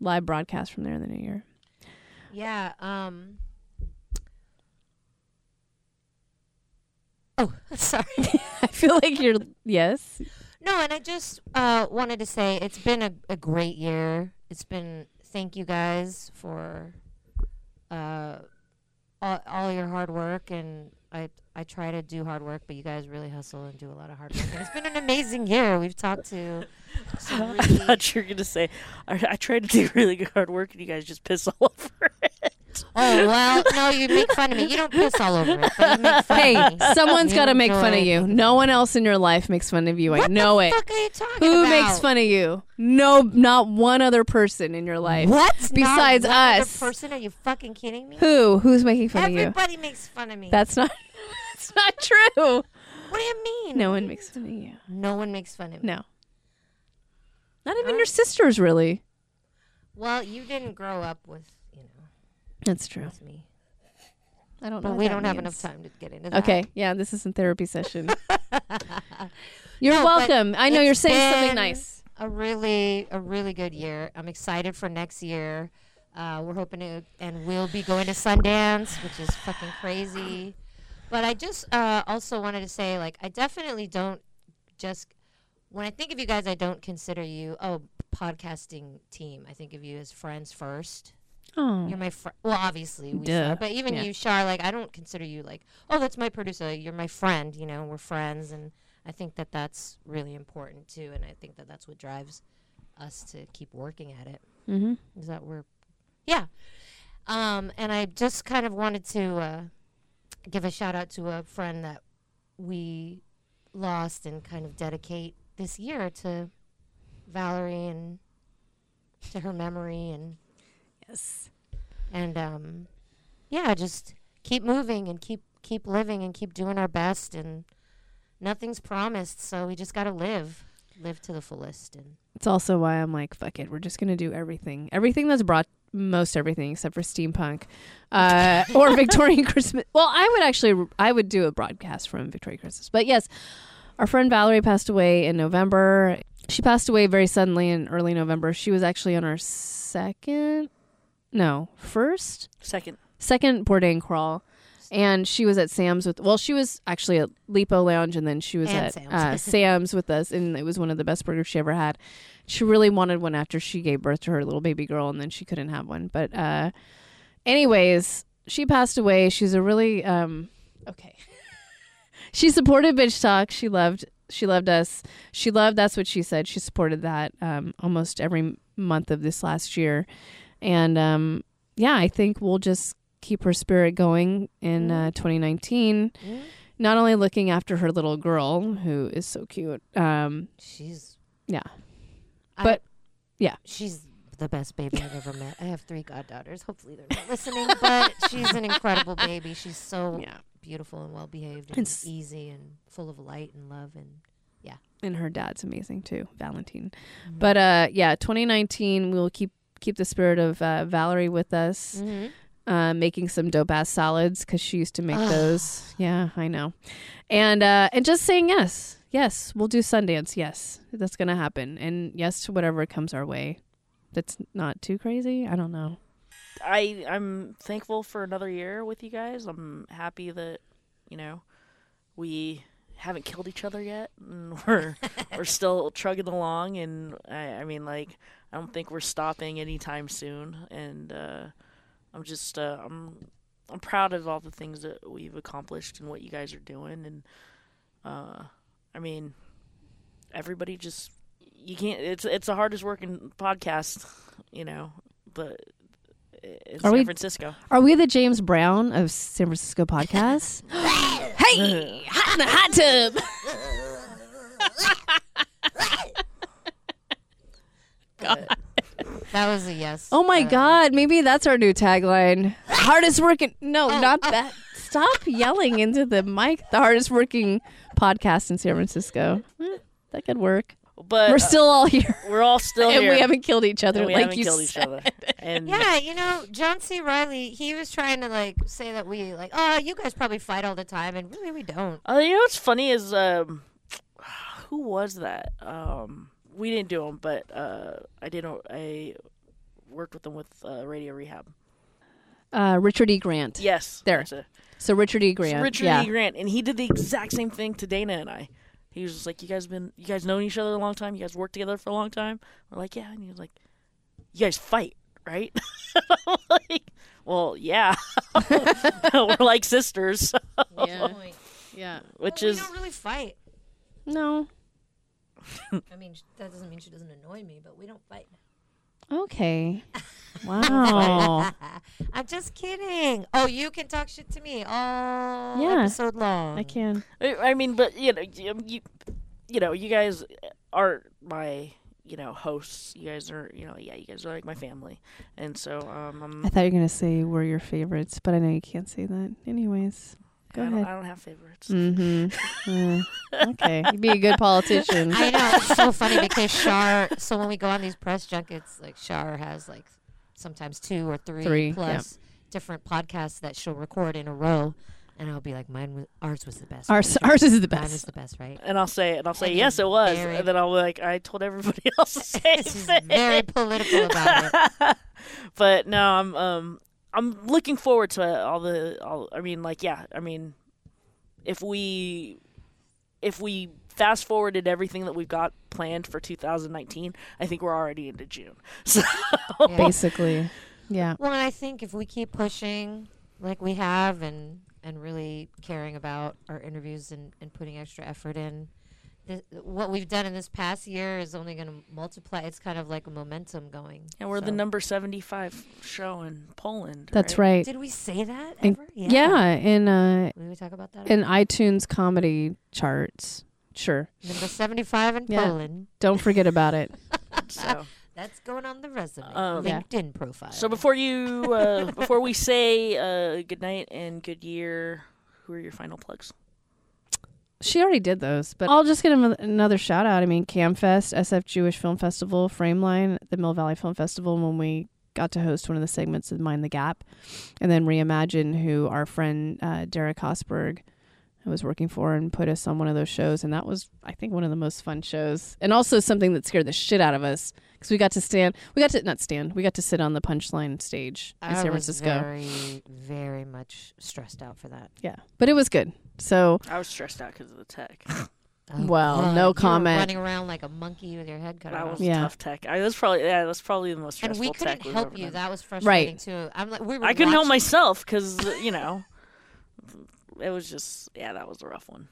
live broadcast from there in the new year.
yeah. Um. Oh, sorry.
I feel like you're yes.
No, and I just uh, wanted to say it's been a, a great year. It's been thank you guys for uh, all, all your hard work, and I I try to do hard work, but you guys really hustle and do a lot of hard work. And it's been an amazing year. We've talked to some
I
really
thought you were gonna say I, I tried to do really good hard work and you guys just piss all over it.
oh well no you make fun of me you don't piss all over it but you make fun
Hey,
of me.
someone's
You
got to make fun of
enjoy-
you. No one else in your life makes fun of you. I know
what
it.
the fuck are you talking
Who
about?
makes fun of you? No, not one other person in your life.
what
Besides
Not one other
us.
person are you fucking kidding me
Who? Who's making fun of you?
everybody makes fun of me
That's not. That's not true.
What do you mean?
No one makes fun of you.
No one makes fun of me.
No. Not even your sisters, really.
Well, you didn't grow up with, you know,
That's true.
with me.
I don't know.
But
what
we
that
don't have
means.
enough time to get into that.
Okay, yeah, this isn't therapy session. you're
No, but
welcome. I know you're
it's
saying something
been
nice.
A really, a really good year. I'm excited for next year. Uh, we're hoping to, and we'll be going to Sundance, which is fucking crazy. But I just uh, also wanted to say, like, I definitely don't just when I think of you guys, I don't consider you oh podcasting team. I think of you as friends first.
Oh,
You're my friend. Well, obviously, we
Duh.
Shar, but even
Yeah.
you, Shar, like I don't consider you like, oh, that's my producer. You're my friend. You know, we're friends, and I think that that's really important too. And I think that that's what drives us to keep working at it.
mm-hmm.
Is that we're, yeah. Um, and I just kind of wanted to uh, give a shout out to a friend that we lost and kind of dedicate this year to Valerie and to her memory and
yes.
and um, yeah, just keep moving and keep keep living and keep doing our best and nothing's promised, so we just got to live, live to the fullest and
It's also why I'm like, fuck it. We're just gonna do everything, everything that's brought, most everything except for steampunk, uh, or Victorian Christmas. Well, I would actually, I would do a broadcast from Victorian Christmas. But yes, our friend Valerie passed away in November. She passed away very suddenly in early November. She was actually on our second, no, first
Second.
second Bourdain crawl, and she was at Sam's with. Well, she was actually at Lipo Lounge, and then she was
And
at
Sam's.
Uh, Sam's with us, and it was one of the best burgers she ever had. She really wanted one after she gave birth to her little baby girl, and then she couldn't have one. But, uh, anyways, she passed away. She's a really um, okay. she supported bitch talk. She loved. She loved us. She loved. That's what she said. She supported that um, almost every m- month of this last year, and um, yeah, I think we'll just keep her spirit going in uh, 2019. Not only looking after her little girl, who is so cute. Um,
she's
Yeah.
I-
But- yeah.
she's the best baby I've ever met. I have three goddaughters. Hopefully they're not listening, but she's an incredible baby. She's so
yeah,
beautiful and well behaved and
It's-
easy and full of light and love and
and her dad's amazing too, Valentine. But uh, yeah, 2019, we'll keep keep the spirit of uh, Valerie with us.
Mm-hmm.
uh, making some dope ass salads because she used to make
Ugh.
those. Yeah, I know. And uh, and just saying yes, yes, we'll do Sundance. Yes, that's gonna happen. And yes to whatever comes our way. That's not too crazy. I don't know.
I I'm thankful for another year with you guys. I'm happy that you know we haven't killed each other yet, and we're we're still trugging along. And I, I mean, like, I don't think we're stopping anytime soon. And uh, I'm just uh, I'm I'm proud of all the things that we've accomplished and what you guys are doing. And uh, I mean, everybody just you can't. It's it's the hardest working podcast, you know, but. In
Are
San
we-
Francisco.
Are we the James Brown of San Francisco podcast? hey, hot in the hot tub.
that was a yes.
Oh my
uh,
god, maybe that's our new tagline. Hardest working. No,
Uh.
not that. Stop yelling into the mic. The hardest working podcast in San Francisco. Eh, That could work.
But
We're
uh,
still all here,
We're all still
and
here.
we haven't killed each other.
And we
like
haven't
you
killed each
said.
other. And
Yeah, you know, John C. Riley, he was trying to like say that we like, oh, you guys probably fight all the time, and really we don't.
uh, you know what's funny is um, who was that? Um, we didn't do them, but uh, I did. a- I worked with them with uh, Radio Rehab.
Uh, Richard E. Grant.
Yes,
There.
that's it.
So Richard E.
It's
Grant.
Richard
yeah.
E. Grant, and he did the exact same thing to Dana and I. He was just like, "You guys been, you guys known each other a long time. You guys worked together for a long time." We're like, "Yeah," and he was like, "You guys fight, right?" I'm like, well, yeah, we're like sisters,
Yeah. Yeah.
which
Well,
is
we don't really fight.
No.
I mean, sh- that doesn't mean she doesn't annoy me, but we don't fight.
Okay. Wow.
I'm just kidding. Oh, you can talk shit to me all
Yeah.
episode long.
I can.
I I mean, but you know, you, you, you know, you guys are my, you know, hosts. You guys are, you know, yeah, you guys are like my family, and so um, I'm,
I thought you were gonna say we're your favorites, but I know you can't say that. Anyways, go
I,
ahead.
don't, I don't have favorites.
Mm-hmm. okay. You'd be a good politician.
I know it's so funny because Shar. So when we go on these press junkets, like Shar has like sometimes two or three,
Three, yeah.
plus different podcasts that she'll record in a row, and I'll be like, "Mine, was, ours was the best.
Ours, ours is the
Mine was
best.
the best, right?"
And I'll say, and I'll say,
And
yes,
you're
it was.
very-
And then I'll be like, I told everybody else the same
She's
thing.
very political about it.
but no, I'm, um, I'm looking forward to all the, all. I mean, like, yeah, I mean, if we, if we fast forwarded everything that we've got planned for 2019, I think we're already into June. So
Oh.
Yeah.
Basically. Yeah.
Well, and I think if we keep pushing like we have and and really caring about our interviews and, and putting extra effort in, th- what we've done in this past year is only going to multiply. It's kind of like a momentum going.
And we're the
So-
number 75 show in Poland.
That's right.
Did we say that
And-
ever?
Yeah. In uh
Did we talk about that?
in iTunes comedy charts. Sure.
Number 75 in
Yeah.
Poland.
Don't forget about it.
So
That's going on the resume,
Um,
Yeah.
LinkedIn profile.
So before you, uh, before we say uh, good night and good year, who are your final plugs?
She already did those, but I'll just get him another shout out. I mean, Camfest, SF Jewish Film Festival, Frameline, the Mill Valley Film Festival, when we got to host one of the segments of Mind the Gap, and then Reimagine, who our friend uh, Derek Hosberg I was working for and put us on one of those shows. And that was, I think, one of the most fun shows. And also something that scared the shit out of us because we got to stand, we got to, not stand, we got to sit on the punchline stage in
I
San
was
Francisco.
very, very much stressed out for that.
yeah. But it was good. So
I was stressed out because of the tech.
Oh,
Well,
God,
no
you were
comment.
running around like a monkey with your head cut
That
off.
was
Yeah.
tough tech. I was probably yeah, that's probably the most
and
stressful
we
tech
couldn't
we've
help
ever
you.
done.
That was frustrating too. I'm like, we were
I couldn't help
watching-
myself because you know, it was just yeah, that was a rough one.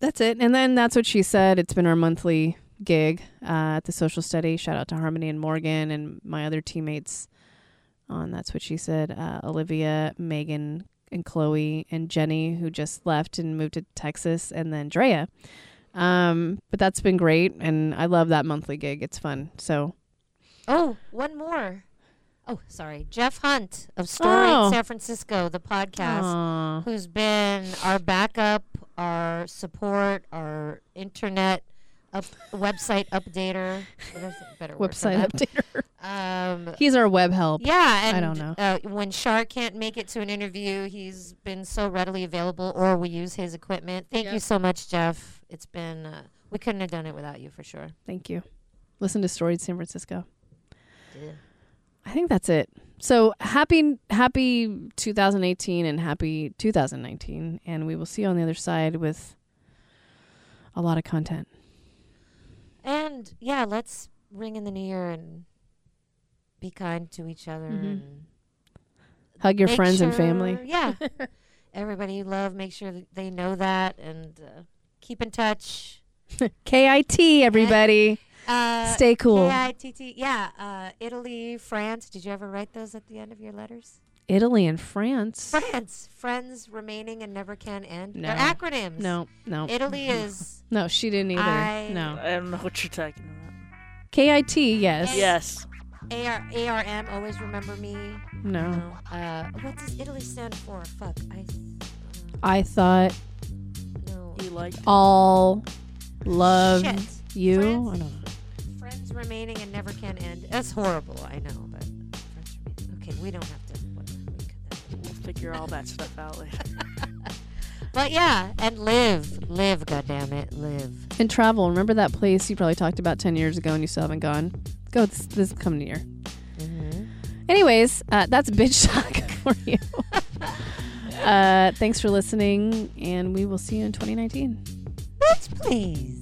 that's it. And then that's what she said. It's been our monthly gig uh, at the social study. Shout out to Harmony and Morgan and my other teammates on That's What She Said uh, Olivia, Megan, and Chloe, and Jenny, who just left and moved to Texas, and then Drea. Um, but that's been great. And I love that monthly gig. It's fun. So
Oh, one more. Oh, sorry, Jeff Hunt of Story
Oh.
San Francisco, the podcast.
Aw.
who's been our backup, our support, our internet up, website updater. There's a better word for
website updater.
that. Um,
He's our web help.
yeah, and
I don't know.
Uh, when Shar can't make it to an interview, he's been so readily available, or we use his equipment. Thank you
Yep.
so much, Jeff. It's been uh, we couldn't have done it without you for sure.
Thank you. Listen to Storied San Francisco. I think that's it. So happy, happy 2018 and happy 2019. And we will see you on the other side with a lot of content.
And yeah, let's ring in the new year and be kind to each other.
Mhm.
And
Hug your
Make
friends and
sure-
family.
Yeah. Everybody you love, make sure that they know that and uh, keep in touch.
KIT, everybody.
Uh,
Stay cool.
K-I-T-T. Yeah. Uh, Italy, France. Did you ever write those at the end of your letters?
Italy and France.
France. Friends remaining and never can end.
No.
They're acronyms.
No, no,
Italy is.
no, she didn't either.
I-
no.
I don't know what you're talking about.
KIT, yes.
Yes,
AR, ARM, always remember me.
No.
Uh, what does Italy stand for? Fuck. I.
I thought
Uh, no.
you like
all love
Shit.
you.
France?
I don't know.
Friends remaining and never can end. That's horrible, I know, but friends remaining. Okay, we don't have to. What, we cut that.
we'll figure all that stuff out later.
But yeah, and live, live, goddammit, live.
And travel. Remember that place you probably talked about 10 years ago and you still haven't gone? Go this, this coming year. Mm-hmm. Anyways, uh, that's bitch talk for you. uh, thanks for listening, and we will see you in 2019.
Bitch, please.